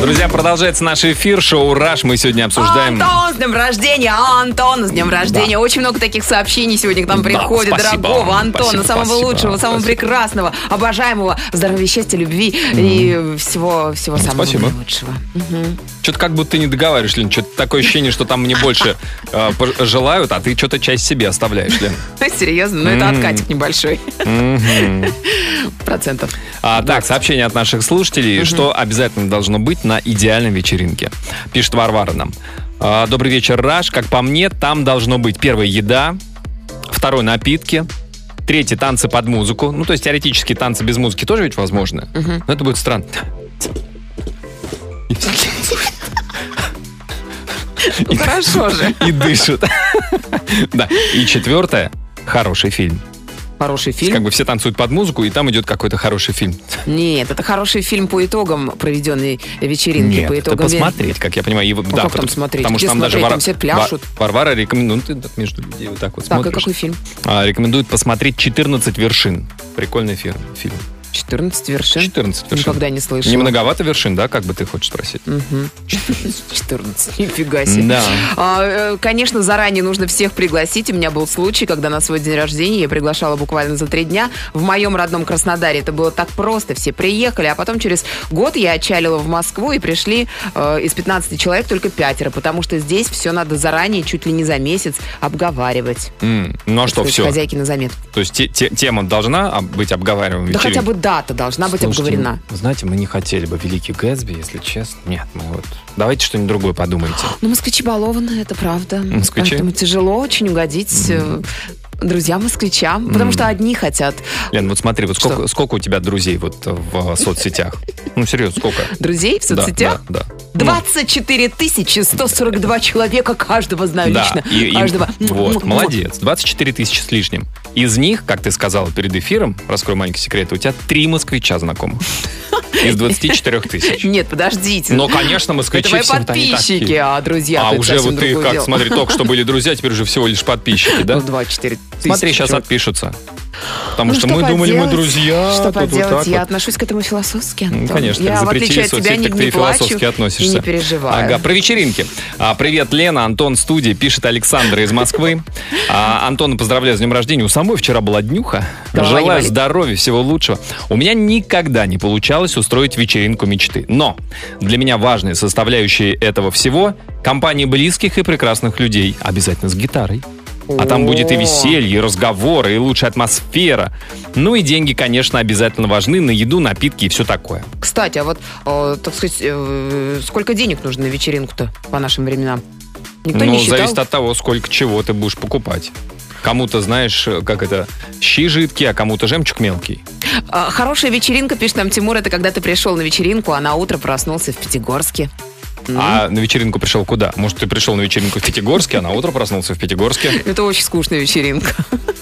[SPEAKER 3] Друзья, продолжается наш эфир, шоу «Раш». Мы сегодня обсуждаем...
[SPEAKER 4] Антон, с днем рождения, Антон, с днем рождения. Очень много таких сообщений сегодня к нам
[SPEAKER 3] Да,
[SPEAKER 4] приходит.
[SPEAKER 3] спасибо.
[SPEAKER 4] Дорогого Антона,
[SPEAKER 3] Спасибо,
[SPEAKER 4] самого
[SPEAKER 3] спасибо,
[SPEAKER 4] лучшего, самого
[SPEAKER 3] спасибо.
[SPEAKER 4] прекрасного, обожаемого, здоровья, счастья, любви и всего, всего самого
[SPEAKER 3] Спасибо.
[SPEAKER 4] лучшего.
[SPEAKER 3] Что-то как будто ты не договариваешь, Лен. Что-то такое ощущение, что там мне больше э, пож- желают, а ты что-то часть себе оставляешь, Лен.
[SPEAKER 4] (laughs) Серьезно, ну это
[SPEAKER 3] М.
[SPEAKER 4] откатик небольшой. Процентов.
[SPEAKER 3] А, так, сообщение от наших слушателей, что обязательно должно быть на идеальной вечеринке. Пишет Варвара нам. А, Добрый вечер, Раш. Как по мне, там должно быть первая еда, второй напитки, третий танцы под музыку. Ну, то есть теоретически танцы без музыки тоже ведь возможно. Но это будет странно. И все
[SPEAKER 4] Ну, Хорошо же.
[SPEAKER 3] И дышат. (laughs) Да. И четвертое. Хороший фильм.
[SPEAKER 4] Хороший
[SPEAKER 3] Как
[SPEAKER 4] фильм.
[SPEAKER 3] бы все танцуют под музыку, и там идет какой-то хороший фильм.
[SPEAKER 4] Нет, это хороший фильм по итогам проведенной вечеринки.
[SPEAKER 3] Нет,
[SPEAKER 4] по
[SPEAKER 3] это
[SPEAKER 4] итогам
[SPEAKER 3] посмотреть, как я понимаю. И, вот-
[SPEAKER 4] Ну,
[SPEAKER 3] да,
[SPEAKER 4] как там
[SPEAKER 3] потому-
[SPEAKER 4] смотреть?
[SPEAKER 3] Потому
[SPEAKER 4] Где
[SPEAKER 3] что там даже
[SPEAKER 4] смотреть?
[SPEAKER 3] Вар-
[SPEAKER 4] Там все пляшут.
[SPEAKER 3] Ва- Варвара рекомендует... Ну, ты так между людей вот так вот
[SPEAKER 4] Так, и
[SPEAKER 3] смотришь.
[SPEAKER 4] какой фильм?
[SPEAKER 3] А, рекомендует посмотреть 14 вершин. Прикольный фир- фильм.
[SPEAKER 4] 14 вершин.
[SPEAKER 3] 14 вершин.
[SPEAKER 4] Никогда не слышала. Ну,
[SPEAKER 3] Не многовато вершин, да, как бы ты хочешь спросить?
[SPEAKER 4] Мгм. 14. (laughs) Нифига себе.
[SPEAKER 3] Да.
[SPEAKER 4] А, э, Конечно, заранее нужно всех пригласить. У меня был случай, когда на свой день рождения я приглашала буквально за три дня в моем родном Краснодаре. Это было так просто. Все приехали, а потом через год я отчалила в Москву и пришли э, из 15 человек только пятеро, потому что здесь все надо заранее, чуть ли не за месяц, обговаривать.
[SPEAKER 3] М, Ну, а что,
[SPEAKER 4] То есть
[SPEAKER 3] все?
[SPEAKER 4] Хозяйки на заметку.
[SPEAKER 3] То есть те- те- тема должна об- быть обговариваема?
[SPEAKER 4] Да хотя
[SPEAKER 3] вечеринка?
[SPEAKER 4] бы дата должна быть
[SPEAKER 3] Слушайте,
[SPEAKER 4] обговорена.
[SPEAKER 3] ну, Знаете, мы не хотели бы Великий Гэтсби, если честно. Нет, мы вот... Давайте что-нибудь другое подумайте.
[SPEAKER 4] Ну, москвичи балованы, это правда.
[SPEAKER 3] Москвичи?
[SPEAKER 4] Поэтому тяжело очень угодить э, друзьям москвичам, потому что одни хотят
[SPEAKER 3] Лен, вот смотри, вот
[SPEAKER 4] Что?
[SPEAKER 3] сколько, сколько у тебя друзей вот в э, соцсетях? Ну, серьезно, сколько?
[SPEAKER 4] друзей в
[SPEAKER 3] Да,
[SPEAKER 4] соцсетях.
[SPEAKER 3] Да, да.
[SPEAKER 4] 24 тысячи 142 человека каждого знаю
[SPEAKER 3] Да,
[SPEAKER 4] лично.
[SPEAKER 3] и- и-
[SPEAKER 4] каждого. М-м-м.
[SPEAKER 3] вот, молодец. 24 тысячи с лишним. Из них, как ты сказала перед эфиром, раскрою маленький секрет, у тебя три москвича знакомых. Из 24 тысяч.
[SPEAKER 4] Нет, подождите.
[SPEAKER 3] Но, конечно,
[SPEAKER 4] это
[SPEAKER 3] москвичи
[SPEAKER 4] твои
[SPEAKER 3] всегда не
[SPEAKER 4] подписчики,
[SPEAKER 3] такие.
[SPEAKER 4] а друзья.
[SPEAKER 3] А
[SPEAKER 4] то это
[SPEAKER 3] уже
[SPEAKER 4] совсем
[SPEAKER 3] вот ты,
[SPEAKER 4] другое
[SPEAKER 3] как,
[SPEAKER 4] дело.
[SPEAKER 3] смотри, только что были друзья, теперь уже всего лишь подписчики, да?
[SPEAKER 4] Ну, 24 тысячи.
[SPEAKER 3] Смотри, сейчас
[SPEAKER 4] человек.
[SPEAKER 3] отпишутся. Потому
[SPEAKER 4] Ну,
[SPEAKER 3] что,
[SPEAKER 4] что
[SPEAKER 3] мы думали, мы
[SPEAKER 4] поделать?
[SPEAKER 3] друзья.
[SPEAKER 4] Что
[SPEAKER 3] тут вот
[SPEAKER 4] поделать,
[SPEAKER 3] так
[SPEAKER 4] я
[SPEAKER 3] вот.
[SPEAKER 4] отношусь к этому философски,
[SPEAKER 3] Ну,
[SPEAKER 4] Антон.
[SPEAKER 3] конечно,
[SPEAKER 4] я, в
[SPEAKER 3] запретили
[SPEAKER 4] отличие от тебя,
[SPEAKER 3] соцсети,
[SPEAKER 4] не,
[SPEAKER 3] так ты
[SPEAKER 4] не
[SPEAKER 3] и
[SPEAKER 4] плачу
[SPEAKER 3] философски относишься.
[SPEAKER 4] и не переживаю.
[SPEAKER 3] Ага, про вечеринки. А, привет, Лена, Антон студии, пишет Александра из Москвы. А, Антона поздравляю с днем рождения. У самой вчера была днюха.
[SPEAKER 4] Да, не
[SPEAKER 3] Желаю
[SPEAKER 4] болит.
[SPEAKER 3] здоровья, всего лучшего. У меня никогда не получалось устроить вечеринку мечты. Но для меня важные составляющие этого всего – компании близких и прекрасных людей. Обязательно с гитарой. А там будет и
[SPEAKER 4] О.
[SPEAKER 3] веселье, и разговоры, и лучшая атмосфера. Ну и деньги, конечно, обязательно важны на еду, напитки и все такое.
[SPEAKER 4] Кстати, а вот, э, так сказать, э, сколько денег нужно на вечеринку-то по нашим временам? Никто
[SPEAKER 3] ну,
[SPEAKER 4] не считал?
[SPEAKER 3] зависит от того, сколько чего ты будешь покупать. Кому-то, знаешь, э, как это, щи жидкие, а кому-то жемчуг мелкий.
[SPEAKER 4] А, Хорошая вечеринка, пишет нам Тимур, это когда ты пришел на вечеринку, а на утро проснулся в Пятигорске.
[SPEAKER 3] А на вечеринку пришел куда? Может, ты пришел на вечеринку в Пятигорске, а на утро проснулся в Пятигорске?
[SPEAKER 4] Это очень скучная вечеринка.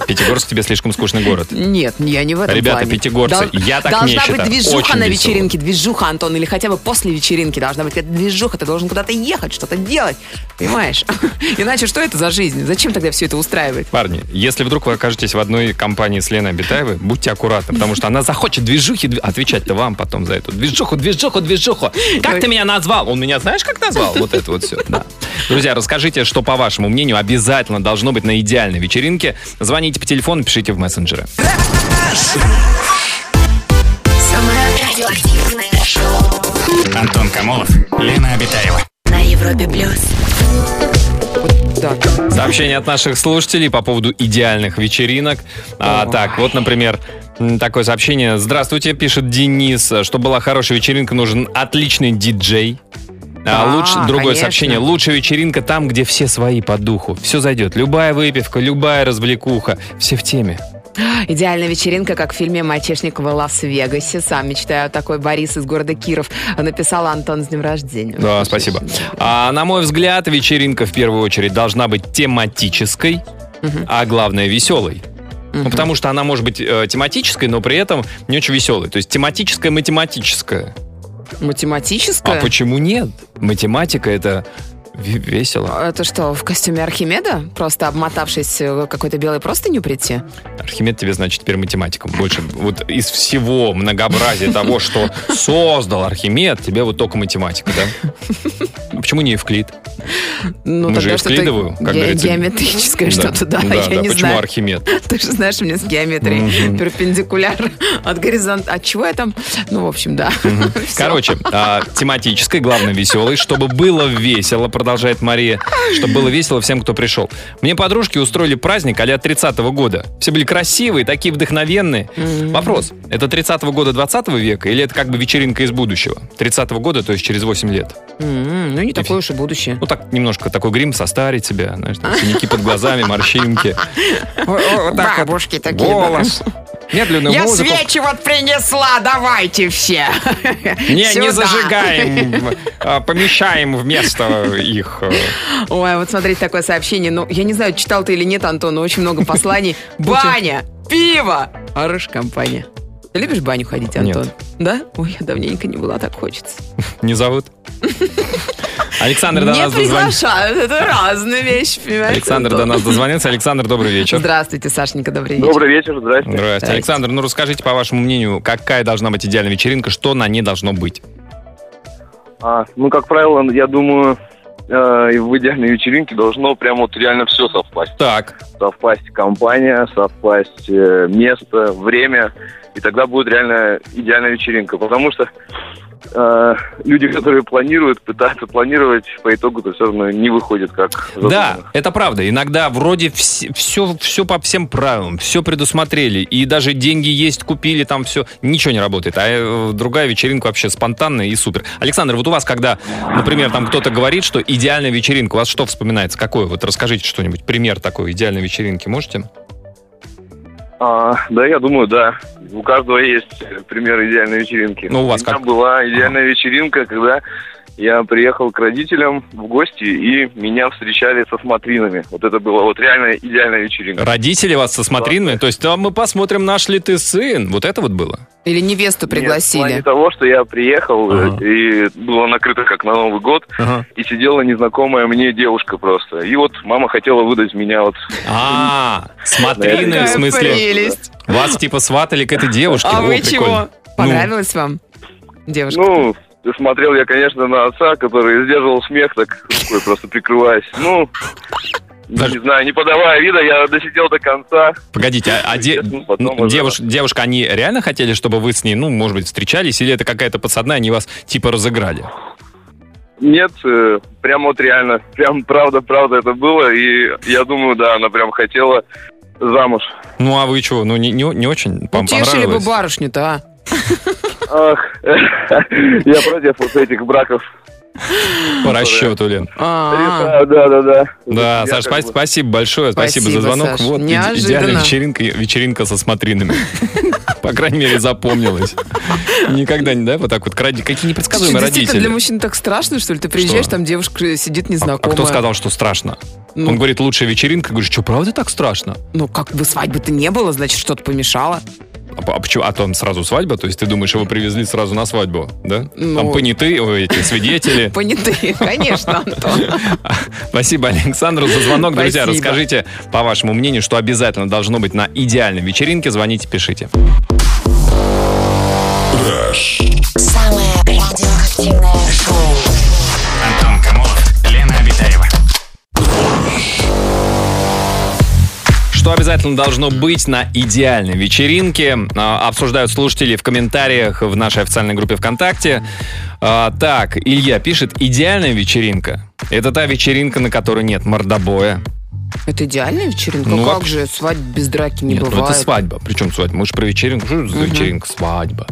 [SPEAKER 3] Пятигорск тебе слишком скучный город.
[SPEAKER 4] Нет, я не в этом
[SPEAKER 3] Ребята,
[SPEAKER 4] плане.
[SPEAKER 3] пятигорцы, я так
[SPEAKER 4] должна
[SPEAKER 3] не
[SPEAKER 4] быть
[SPEAKER 3] считаю.
[SPEAKER 4] движуха
[SPEAKER 3] Очень
[SPEAKER 4] на
[SPEAKER 3] весело.
[SPEAKER 4] вечеринке, движуха, Антон, или хотя бы после вечеринки должна быть какая-то движуха, ты должен куда-то ехать, что-то делать, понимаешь? (laughs) Иначе что это за жизнь? Зачем тогда все это устраивать?
[SPEAKER 3] Парни, если вдруг вы окажетесь в одной компании с Леной Абитаевой, будьте аккуратны, потому что она захочет движухи, дв- отвечать-то вам потом за эту движуху, движуху, движуху. Как ты меня назвал? Он меня знаешь, как назвал? Вот это вот все, да. Друзья, расскажите, что, по вашему мнению, обязательно должно быть на идеальной вечеринке. Звоните по телефону, пишите в мессенджеры.
[SPEAKER 1] Самое радиоактивное шоу
[SPEAKER 5] Антон Камолов, Лена Обитаева.
[SPEAKER 1] на Европе плюс.
[SPEAKER 3] Сообщение от наших слушателей по поводу идеальных вечеринок. А, так, вот, например, м, такое сообщение. Здравствуйте, пишет Денис. Чтобы была хорошая вечеринка, нужен отличный диджей. А,
[SPEAKER 4] Да,
[SPEAKER 3] лучше, другое
[SPEAKER 4] конечно.
[SPEAKER 3] сообщение. Лучшая вечеринка там, где все свои по духу. Все зайдет. Любая выпивка, любая развлекуха. Все в теме.
[SPEAKER 4] Идеальная вечеринка, как в фильме «Мальчишник в Лас-Вегасе». Сам мечтаю о такой. Борис из города Киров написал Антон с днем рождения.
[SPEAKER 3] Да, спасибо. А, на мой взгляд, вечеринка в первую очередь должна быть тематической, а главное веселой. Ну, потому что она может быть э, тематической, но при этом не очень веселой. То есть тематическая математическая. А
[SPEAKER 4] Математическая?
[SPEAKER 3] почему нет? Математика это ве- весело.
[SPEAKER 4] Это что, в костюме Архимеда? Просто обмотавшись э, какой-то белой простынью прийти?
[SPEAKER 3] Архимед тебе, значит, теперь математиком больше. Вот из всего многообразия того, что создал Архимед, тебе вот только математика, да? А Почему не Евклид?
[SPEAKER 4] Ну,
[SPEAKER 3] Мы же
[SPEAKER 4] тогда что-то
[SPEAKER 3] Евклидову, как
[SPEAKER 4] ге-
[SPEAKER 3] говорится. (laughs)
[SPEAKER 4] геометрическое что-то, да, я не
[SPEAKER 3] почему
[SPEAKER 4] знаю.
[SPEAKER 3] Архимед?
[SPEAKER 4] (laughs) Ты же знаешь, мне с геометрией перпендикуляр от горизонта. От чего я там? Ну, в общем, да. (laughs) Всё.
[SPEAKER 3] Короче, а, тематической, главное, веселой, чтобы было весело, продолжает Мария, чтобы было весело всем, кто пришел. Мне подружки устроили праздник а-ля 30-го года. Все были красивые, такие вдохновенные. Вопрос, это 30-го года 20 века или это как бы вечеринка из будущего? 30-го года, то есть через 8 лет.
[SPEAKER 4] М, Ну, не такое уж и будущее.
[SPEAKER 3] Ну так, немножко такой грим состарить себя, знаешь, там, синяки под глазами, морщинки.
[SPEAKER 4] (laughs) Бабушки такие. да.
[SPEAKER 3] э, Голос. Медленную
[SPEAKER 4] Я
[SPEAKER 3] музыку.
[SPEAKER 4] свечи вот принесла, давайте все.
[SPEAKER 3] Не, не
[SPEAKER 4] Сюда. (laughs)
[SPEAKER 3] зажигаем, а, помещаем вместо их. э,
[SPEAKER 4] Ой, вот смотрите, такое сообщение. Ну, я не знаю, читал ты или нет, Антон, но очень много
[SPEAKER 3] (laughs)
[SPEAKER 4] посланий. Баня, пиво, хорошая компания. Ты любишь в баню ходить, Антон?
[SPEAKER 3] Нет.
[SPEAKER 4] Да? Ой, я давненько не была, так хочется. (laughs)
[SPEAKER 3] Не зовут? Александр до
[SPEAKER 4] Не
[SPEAKER 3] нас дозвонился.
[SPEAKER 4] приглашают, это разные вещи, понимаешь?
[SPEAKER 3] Александр до
[SPEAKER 4] Антон?
[SPEAKER 3] нас дозвонился. Александр, добрый вечер.
[SPEAKER 4] Здравствуйте, Сашенька, добрый вечер.
[SPEAKER 9] Добрый вечер, здрасте.
[SPEAKER 3] Здравствуйте. Александр, ну расскажите, по вашему мнению, какая должна быть идеальная вечеринка, что на ней должно быть?
[SPEAKER 9] А, ну, как правило, я думаю, э, и в идеальной вечеринке должно прям вот реально все совпасть.
[SPEAKER 3] Так,
[SPEAKER 9] Совпасть
[SPEAKER 10] (laughs)
[SPEAKER 9] компания, совпасть э, место, время, и тогда будет реально идеальная вечеринка. Потому что э, люди, которые планируют, пытаются планировать, по итогу-то все равно не выходит как
[SPEAKER 3] да,
[SPEAKER 9] задумано.
[SPEAKER 3] это правда. Иногда вроде все, все, по всем правилам, все предусмотрели, и даже деньги есть, купили, там все, ничего не работает. А э, другая вечеринка вообще спонтанная и супер. Александр, вот у вас, когда, например, там кто-то говорит, что идеальная вечеринка, у вас что вспоминается? Какое? Вот расскажите что-нибудь, пример такой идеальной вечеринки можете?
[SPEAKER 9] А, да, я думаю, да. У каждого есть пример идеальной вечеринки.
[SPEAKER 3] Ну, у вас
[SPEAKER 9] меня
[SPEAKER 3] как?
[SPEAKER 9] была идеальная вечеринка, когда я приехал к родителям в гости, и меня встречали со смотринами. Вот это было вот реально идеальная вечеринка.
[SPEAKER 3] Родители вас со смотринами? То есть, там мы посмотрим, наш ли ты сын. Вот это вот было?
[SPEAKER 4] Или невесту
[SPEAKER 9] Нет, в плане
[SPEAKER 4] пригласили.
[SPEAKER 9] того, что я приехал, э,
[SPEAKER 3] Ага.
[SPEAKER 9] и было накрыто как на Новый год, и сидела незнакомая мне девушка просто. И вот мама хотела выдать меня вот...
[SPEAKER 3] А, смотрины, в
[SPEAKER 4] Какая
[SPEAKER 3] смысле,
[SPEAKER 4] прелесть.
[SPEAKER 3] вас типа сватали к этой девушке.
[SPEAKER 4] А
[SPEAKER 3] Во,
[SPEAKER 4] вы
[SPEAKER 3] прикольно. Ну.
[SPEAKER 4] чего? Понравилось вам, девушка?
[SPEAKER 9] Ну, смотрел я, конечно, на отца, который сдерживал смех так рукой, просто прикрываясь. Ну,
[SPEAKER 3] Даже-
[SPEAKER 9] не знаю, не подавая вида, я досидел до конца.
[SPEAKER 3] Погодите, а, а де-
[SPEAKER 9] Естественно, потом
[SPEAKER 3] ну,
[SPEAKER 9] уже-
[SPEAKER 3] девуш- девушка, они реально хотели, чтобы вы с ней, ну, может быть, встречались, или это какая-то подсадная, они вас типа разыграли?
[SPEAKER 9] Нет, э, прям вот реально, прям правда-правда это было, и я думаю, да, она прям хотела замуж.
[SPEAKER 3] Ну, а вы чего? Ну, не, не, не очень вам
[SPEAKER 4] Утешили бы
[SPEAKER 3] понравилось?
[SPEAKER 4] барышню-то, а?
[SPEAKER 9] Ах, (laughs) я против вот этих браков.
[SPEAKER 3] По расчету, Лен.
[SPEAKER 9] Да,
[SPEAKER 4] А,
[SPEAKER 9] да, да, да.
[SPEAKER 3] Да,
[SPEAKER 9] Я
[SPEAKER 3] Саш,
[SPEAKER 9] как
[SPEAKER 3] спа-
[SPEAKER 9] бы-
[SPEAKER 3] спасибо большое, спасибо, за
[SPEAKER 4] Спасибо,
[SPEAKER 3] звонок.
[SPEAKER 4] Саш.
[SPEAKER 3] Вот и-
[SPEAKER 4] Неожиданно. (laughs)
[SPEAKER 3] идеальная вечеринка, вечеринка со смотринами. По крайней мере, запомнилось. Никогда не, да, вот так вот. кради- Какие
[SPEAKER 4] Ты что,
[SPEAKER 3] непредсказуемые
[SPEAKER 4] Действительно, для
[SPEAKER 3] родители.
[SPEAKER 4] мужчин так страшно, что ли? Ты приезжаешь,
[SPEAKER 3] Что?
[SPEAKER 4] там девушка сидит
[SPEAKER 3] А- А
[SPEAKER 4] незнакомая.
[SPEAKER 3] кто сказал, что страшно?
[SPEAKER 4] Ну.
[SPEAKER 3] Он говорит, лучшая вечеринка. Говорю, что, правда так страшно?
[SPEAKER 4] Ну, как бы свадьбы-то не было, значит, что-то помешало.
[SPEAKER 3] А, по- а почему? А там сразу свадьба? То есть ты думаешь, его привезли сразу на свадьбу, да? Там
[SPEAKER 4] Ну.
[SPEAKER 3] понятые ой, эти
[SPEAKER 4] (laughs)
[SPEAKER 3] свидетели.
[SPEAKER 4] Понятые, конечно, Антон.
[SPEAKER 3] Спасибо Александру за звонок. Друзья,
[SPEAKER 4] Спасибо.
[SPEAKER 3] расскажите, по вашему мнению, что обязательно должно быть на идеальной вечеринке. Звоните, пишите.
[SPEAKER 1] Самое радиоактивное шоу.
[SPEAKER 5] Антон Камолов, Лена Обитаева.
[SPEAKER 3] Что обязательно должно быть на идеальной вечеринке? а, Обсуждают слушатели в комментариях в нашей официальной группе ВКонтакте. А, Так, Илья пишет, идеальная вечеринка. Это та вечеринка, на которой нет мордобоя.
[SPEAKER 4] Это идеальная вечеринка?
[SPEAKER 3] Ну,
[SPEAKER 4] как
[SPEAKER 3] вообще-
[SPEAKER 4] же, свадьб без драки не
[SPEAKER 3] нет, ну это
[SPEAKER 4] бывает.
[SPEAKER 3] свадьба. Причем свадьба? Мы же про вечеринку. Что это за
[SPEAKER 4] Мгм.
[SPEAKER 3] вечеринка? Свадьба.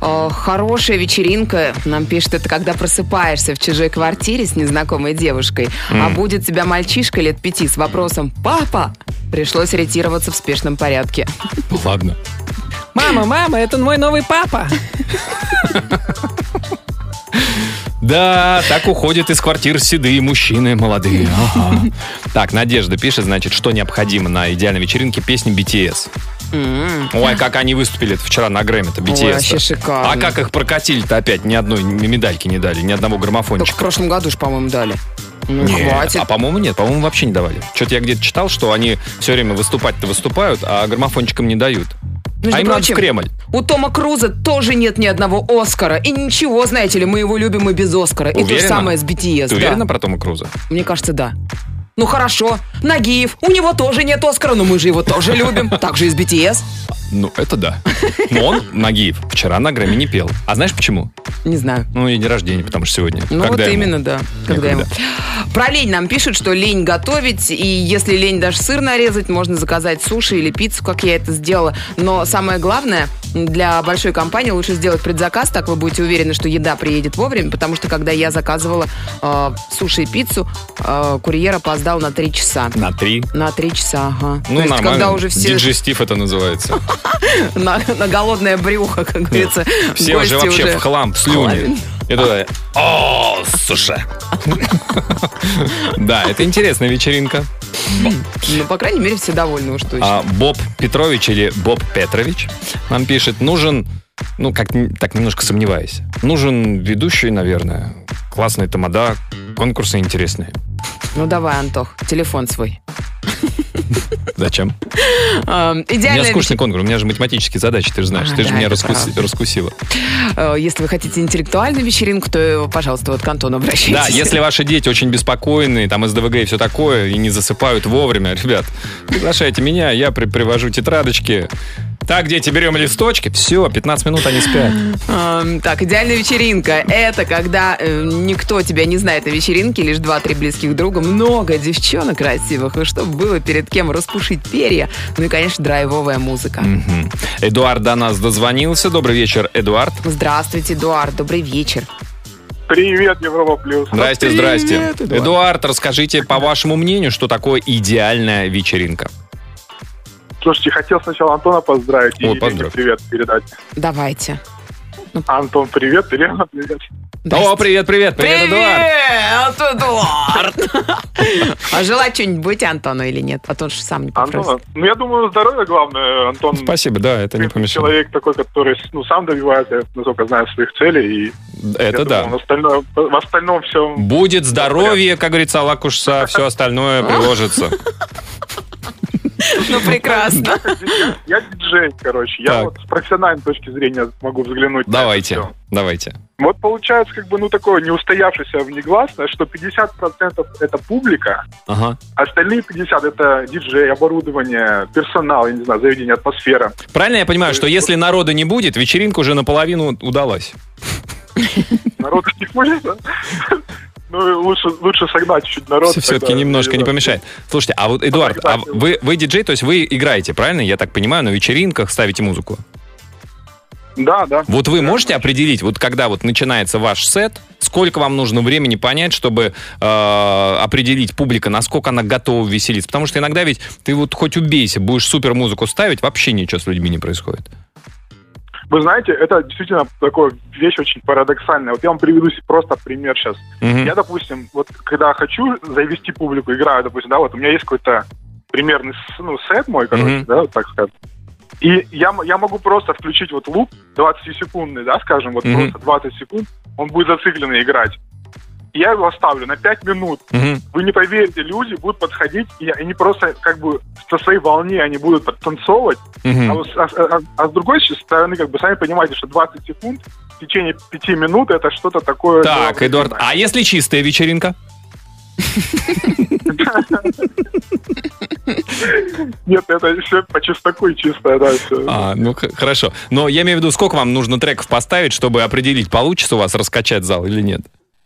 [SPEAKER 4] А, Хорошая вечеринка, нам пишет, это когда просыпаешься в чужой квартире с незнакомой девушкой, а будет тебя мальчишка лет пяти с вопросом «Папа!» Пришлось ретироваться в спешном порядке.
[SPEAKER 3] Ладно.
[SPEAKER 8] Мама, мама, это мой новый папа.
[SPEAKER 3] Да, так уходят из квартир седые мужчины молодые. Ага. Так, Надежда пишет, значит, что необходимо на идеальной вечеринке песни BTS.
[SPEAKER 4] М,
[SPEAKER 3] Ой, как они выступили вчера на Грэмми-то, BTS.
[SPEAKER 4] Ой, вообще шикарно.
[SPEAKER 3] А как их прокатили-то опять? Ни одной м- медальки не дали, ни одного
[SPEAKER 4] Только в
[SPEAKER 3] граммофончика.
[SPEAKER 4] прошлом году же, по-моему, дали. Ну,
[SPEAKER 3] Нет.
[SPEAKER 4] хватит.
[SPEAKER 3] А по-моему, нет, по-моему, вообще не давали. Что-то я где-то читал, что они все время выступать-то выступают, а граммофончикам не дают.
[SPEAKER 4] Между
[SPEAKER 3] а им надо в
[SPEAKER 4] прочим,
[SPEAKER 3] Кремль.
[SPEAKER 4] У Тома Круза тоже нет ни одного Оскара. И ничего, знаете ли, мы его любим и без Оскара. И то же
[SPEAKER 3] Уверена?
[SPEAKER 4] самое с BTS. да.
[SPEAKER 3] Ты уверена про Тома Круза?
[SPEAKER 4] Мне кажется, да. Ну хорошо, Нагиев, у него тоже нет Оскара, но мы же его тоже любим. Так же и с BTS.
[SPEAKER 3] Ну, это да. Но он, Нагиев, вчера на Грэмми не пел. А знаешь почему?
[SPEAKER 4] Не знаю.
[SPEAKER 3] Ну, и день рождения, потому что сегодня.
[SPEAKER 4] Ну
[SPEAKER 3] Когда
[SPEAKER 4] вот
[SPEAKER 3] ему?
[SPEAKER 4] именно, да. Когда
[SPEAKER 3] Никогда.
[SPEAKER 4] ему. Про лень нам пишут, что лень готовить, и если лень даже сыр нарезать, можно заказать суши или пиццу, как я это сделала. Но самое главное, для большой компании лучше сделать предзаказ, так вы будете уверены, что еда приедет вовремя, потому что когда я заказывала э, суши и пиццу, э, курьер опоздал на три часа.
[SPEAKER 3] На три.
[SPEAKER 4] На три часа, ага.
[SPEAKER 3] Ну,
[SPEAKER 4] То есть,
[SPEAKER 3] нормально.
[SPEAKER 4] когда уже все
[SPEAKER 3] Диджестив это называется.
[SPEAKER 4] (laughs) на, на голодное брюхо, как говорится,
[SPEAKER 3] Все
[SPEAKER 4] гости
[SPEAKER 3] уже вообще в хлам, в слюне. И туда, о, суши. (laughs) Да, это интересная вечеринка.
[SPEAKER 4] Ну, по крайней мере, все довольны уж точно.
[SPEAKER 3] А, Боб Петрович или Боб Петрович нам пишет, нужен, ну, как н- так немножко сомневаюсь, нужен ведущий, наверное, классные тамада, конкурсы интересные.
[SPEAKER 4] Ну, давай, Антох, телефон свой.
[SPEAKER 3] Зачем?
[SPEAKER 4] А,
[SPEAKER 3] У меня
[SPEAKER 4] Идеальная
[SPEAKER 3] скучный конкурс, у меня же математические задачи, ты же знаешь,
[SPEAKER 4] А,
[SPEAKER 3] ты же
[SPEAKER 4] да,
[SPEAKER 3] меня
[SPEAKER 4] это
[SPEAKER 3] раскуси-
[SPEAKER 4] правда.
[SPEAKER 3] раскусила.
[SPEAKER 4] вечер- э, Если вы хотите интеллектуальную вечеринку, то, э, пожалуйста, вот к Антону обращайтесь.
[SPEAKER 3] Да, если ваши дети очень беспокойные, там СДВГ и все такое, и не засыпают вовремя, ребят, приглашайте меня, я при- привожу тетрадочки. Так, дети, берем листочки, все, 15 минут они спят.
[SPEAKER 4] Эм, Так, идеальная вечеринка. Это когда э, никто тебя не знает на вечеринке, лишь два-три близких друга, много девчонок красивых, и чтобы было перед кем распушить перья. Ну и, конечно, драйвовая музыка.
[SPEAKER 3] Мгм. Эдуард до нас дозвонился. Добрый вечер, Эдуард.
[SPEAKER 4] Здравствуйте, Эдуард, добрый вечер.
[SPEAKER 7] Привет, Европа Плюс.
[SPEAKER 3] Здрасте,
[SPEAKER 4] Привет,
[SPEAKER 3] здрасте.
[SPEAKER 4] Эдуард.
[SPEAKER 3] Эдуард. расскажите, по вашему мнению, что такое идеальная вечеринка?
[SPEAKER 7] Слушайте, хотел сначала Антона поздравить
[SPEAKER 3] и Ой, Елене поздравь.
[SPEAKER 7] привет передать.
[SPEAKER 4] Давайте.
[SPEAKER 7] Антон, привет, Елена, привет.
[SPEAKER 3] О, привет, привет, привет, Эдуард.
[SPEAKER 4] Эдуард! (laughs) А желать что-нибудь будете Антону или нет? А то он же сам не попросит.
[SPEAKER 7] Антона, ну я думаю, здоровье главное, Антон.
[SPEAKER 3] Спасибо, да, это не
[SPEAKER 7] принципе,
[SPEAKER 3] помешало.
[SPEAKER 7] Человек такой, который ну, сам добивается, насколько знаю, своих целей. И я
[SPEAKER 3] Это
[SPEAKER 7] думаю,
[SPEAKER 3] да.
[SPEAKER 7] В остальном, в остальном все...
[SPEAKER 3] Будет здоровье, как говорится, Аллах Кушса, все остальное приложится.
[SPEAKER 4] Ну, прекрасно.
[SPEAKER 7] Я диджей, короче. Я
[SPEAKER 3] Так.
[SPEAKER 7] вот с профессиональной точки зрения могу взглянуть. на
[SPEAKER 3] Давайте,
[SPEAKER 7] это всё.
[SPEAKER 3] давайте.
[SPEAKER 7] Вот получается, как бы, ну, такое неустоявшееся внегласное, что 50% это публика,
[SPEAKER 3] Ага.
[SPEAKER 7] а остальные 50% это диджей, оборудование, персонал, я не знаю, заведение, атмосфера.
[SPEAKER 3] Правильно я понимаю, что если народа не будет, вечеринка уже наполовину удалась?
[SPEAKER 7] Народ не будет. да? Ну, лучше, лучше согнать чуть народ.
[SPEAKER 3] Все-таки
[SPEAKER 7] тогда,
[SPEAKER 3] немножко не
[SPEAKER 7] да.
[SPEAKER 3] помешает. Слушайте, а вот, Эдуард, а
[SPEAKER 7] Фотографию.
[SPEAKER 3] вы, вы диджей, то есть вы играете, правильно? Я так понимаю, на вечеринках ставите музыку.
[SPEAKER 7] Да, да.
[SPEAKER 3] Вот вы можете определить, вот когда вот начинается ваш сет, сколько вам нужно времени понять, чтобы э, определить публика, насколько она готова веселиться? Потому что иногда ведь ты вот хоть убейся, будешь супер музыку ставить, вообще ничего с людьми не происходит.
[SPEAKER 11] Вы знаете, это действительно такая вещь очень парадоксальная. Вот я вам приведу с- просто пример сейчас.
[SPEAKER 3] Мгм.
[SPEAKER 11] Я, допустим, вот когда хочу завести публику, играю, допустим, да, вот у меня есть какой-то примерный с- ну, сет мой, короче,
[SPEAKER 3] Мгм.
[SPEAKER 11] да, вот так скажем. И я, м- я могу просто включить вот луп 20-секундный, да, скажем, вот
[SPEAKER 3] Мгм.
[SPEAKER 11] просто 20 секунд, он будет зацикленный играть. И я его оставлю на 5 минут.
[SPEAKER 3] Мгм.
[SPEAKER 11] Вы не поверите, люди будут подходить, и они просто как бы со своей волне они будут подтанцовывать,
[SPEAKER 3] Мгм.
[SPEAKER 11] а, вот с- а- а- а с другой щ- стороны, как бы сами понимаете, что 20 секунд в течение 5 минут это что-то такое...
[SPEAKER 3] Так, Эдуард,
[SPEAKER 11] головокружительное.
[SPEAKER 3] а если чистая вечеринка?
[SPEAKER 11] Нет, это все по чистоку и чистое, да, всё.
[SPEAKER 3] А, ну х- хорошо. Но я имею в виду, сколько вам нужно треков поставить, чтобы определить, получится у вас раскачать зал или нет?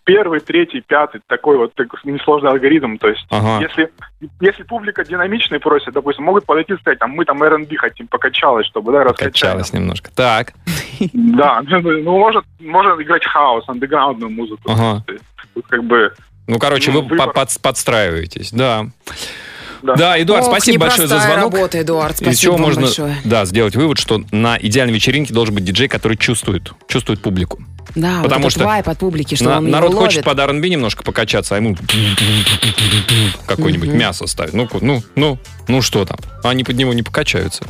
[SPEAKER 11] Первый, третий, пятый, такой вот так, несложный алгоритм. То есть,
[SPEAKER 3] Ага.
[SPEAKER 11] если, если публика динамичной просит, допустим, могут подойти и сказать, там, мы там R&B хотим покачалось, чтобы, да, раскачалось.
[SPEAKER 3] Качалось немножко. Так.
[SPEAKER 11] (laughs) Да, ну, может, можно играть хаос, андеграундную музыку.
[SPEAKER 3] Ага.
[SPEAKER 11] Тут как бы...
[SPEAKER 3] Ну, короче,
[SPEAKER 11] Ну,
[SPEAKER 3] вы
[SPEAKER 11] выбор.
[SPEAKER 3] по- под- подстраиваетесь. Да.
[SPEAKER 11] Да.
[SPEAKER 3] Да, Эдуард,
[SPEAKER 4] Ох,
[SPEAKER 3] спасибо большое за
[SPEAKER 4] непростая
[SPEAKER 3] звонок.
[SPEAKER 4] работа, Эдуард,
[SPEAKER 3] Из чего
[SPEAKER 4] спасибо вам
[SPEAKER 3] можно
[SPEAKER 4] большое.
[SPEAKER 3] да, сделать вывод, что на идеальной вечеринке должен быть диджей, который чувствует, чувствует публику.
[SPEAKER 4] Да,
[SPEAKER 3] Потому
[SPEAKER 4] вот этот
[SPEAKER 3] что
[SPEAKER 4] вайп от публики, что
[SPEAKER 3] На-
[SPEAKER 4] он его
[SPEAKER 3] народ
[SPEAKER 4] ловит.
[SPEAKER 3] хочет под R&B немножко покачаться, а ему какое-нибудь мясо ставить. Ну, ну, ну, ну что там? Они под него не покачаются.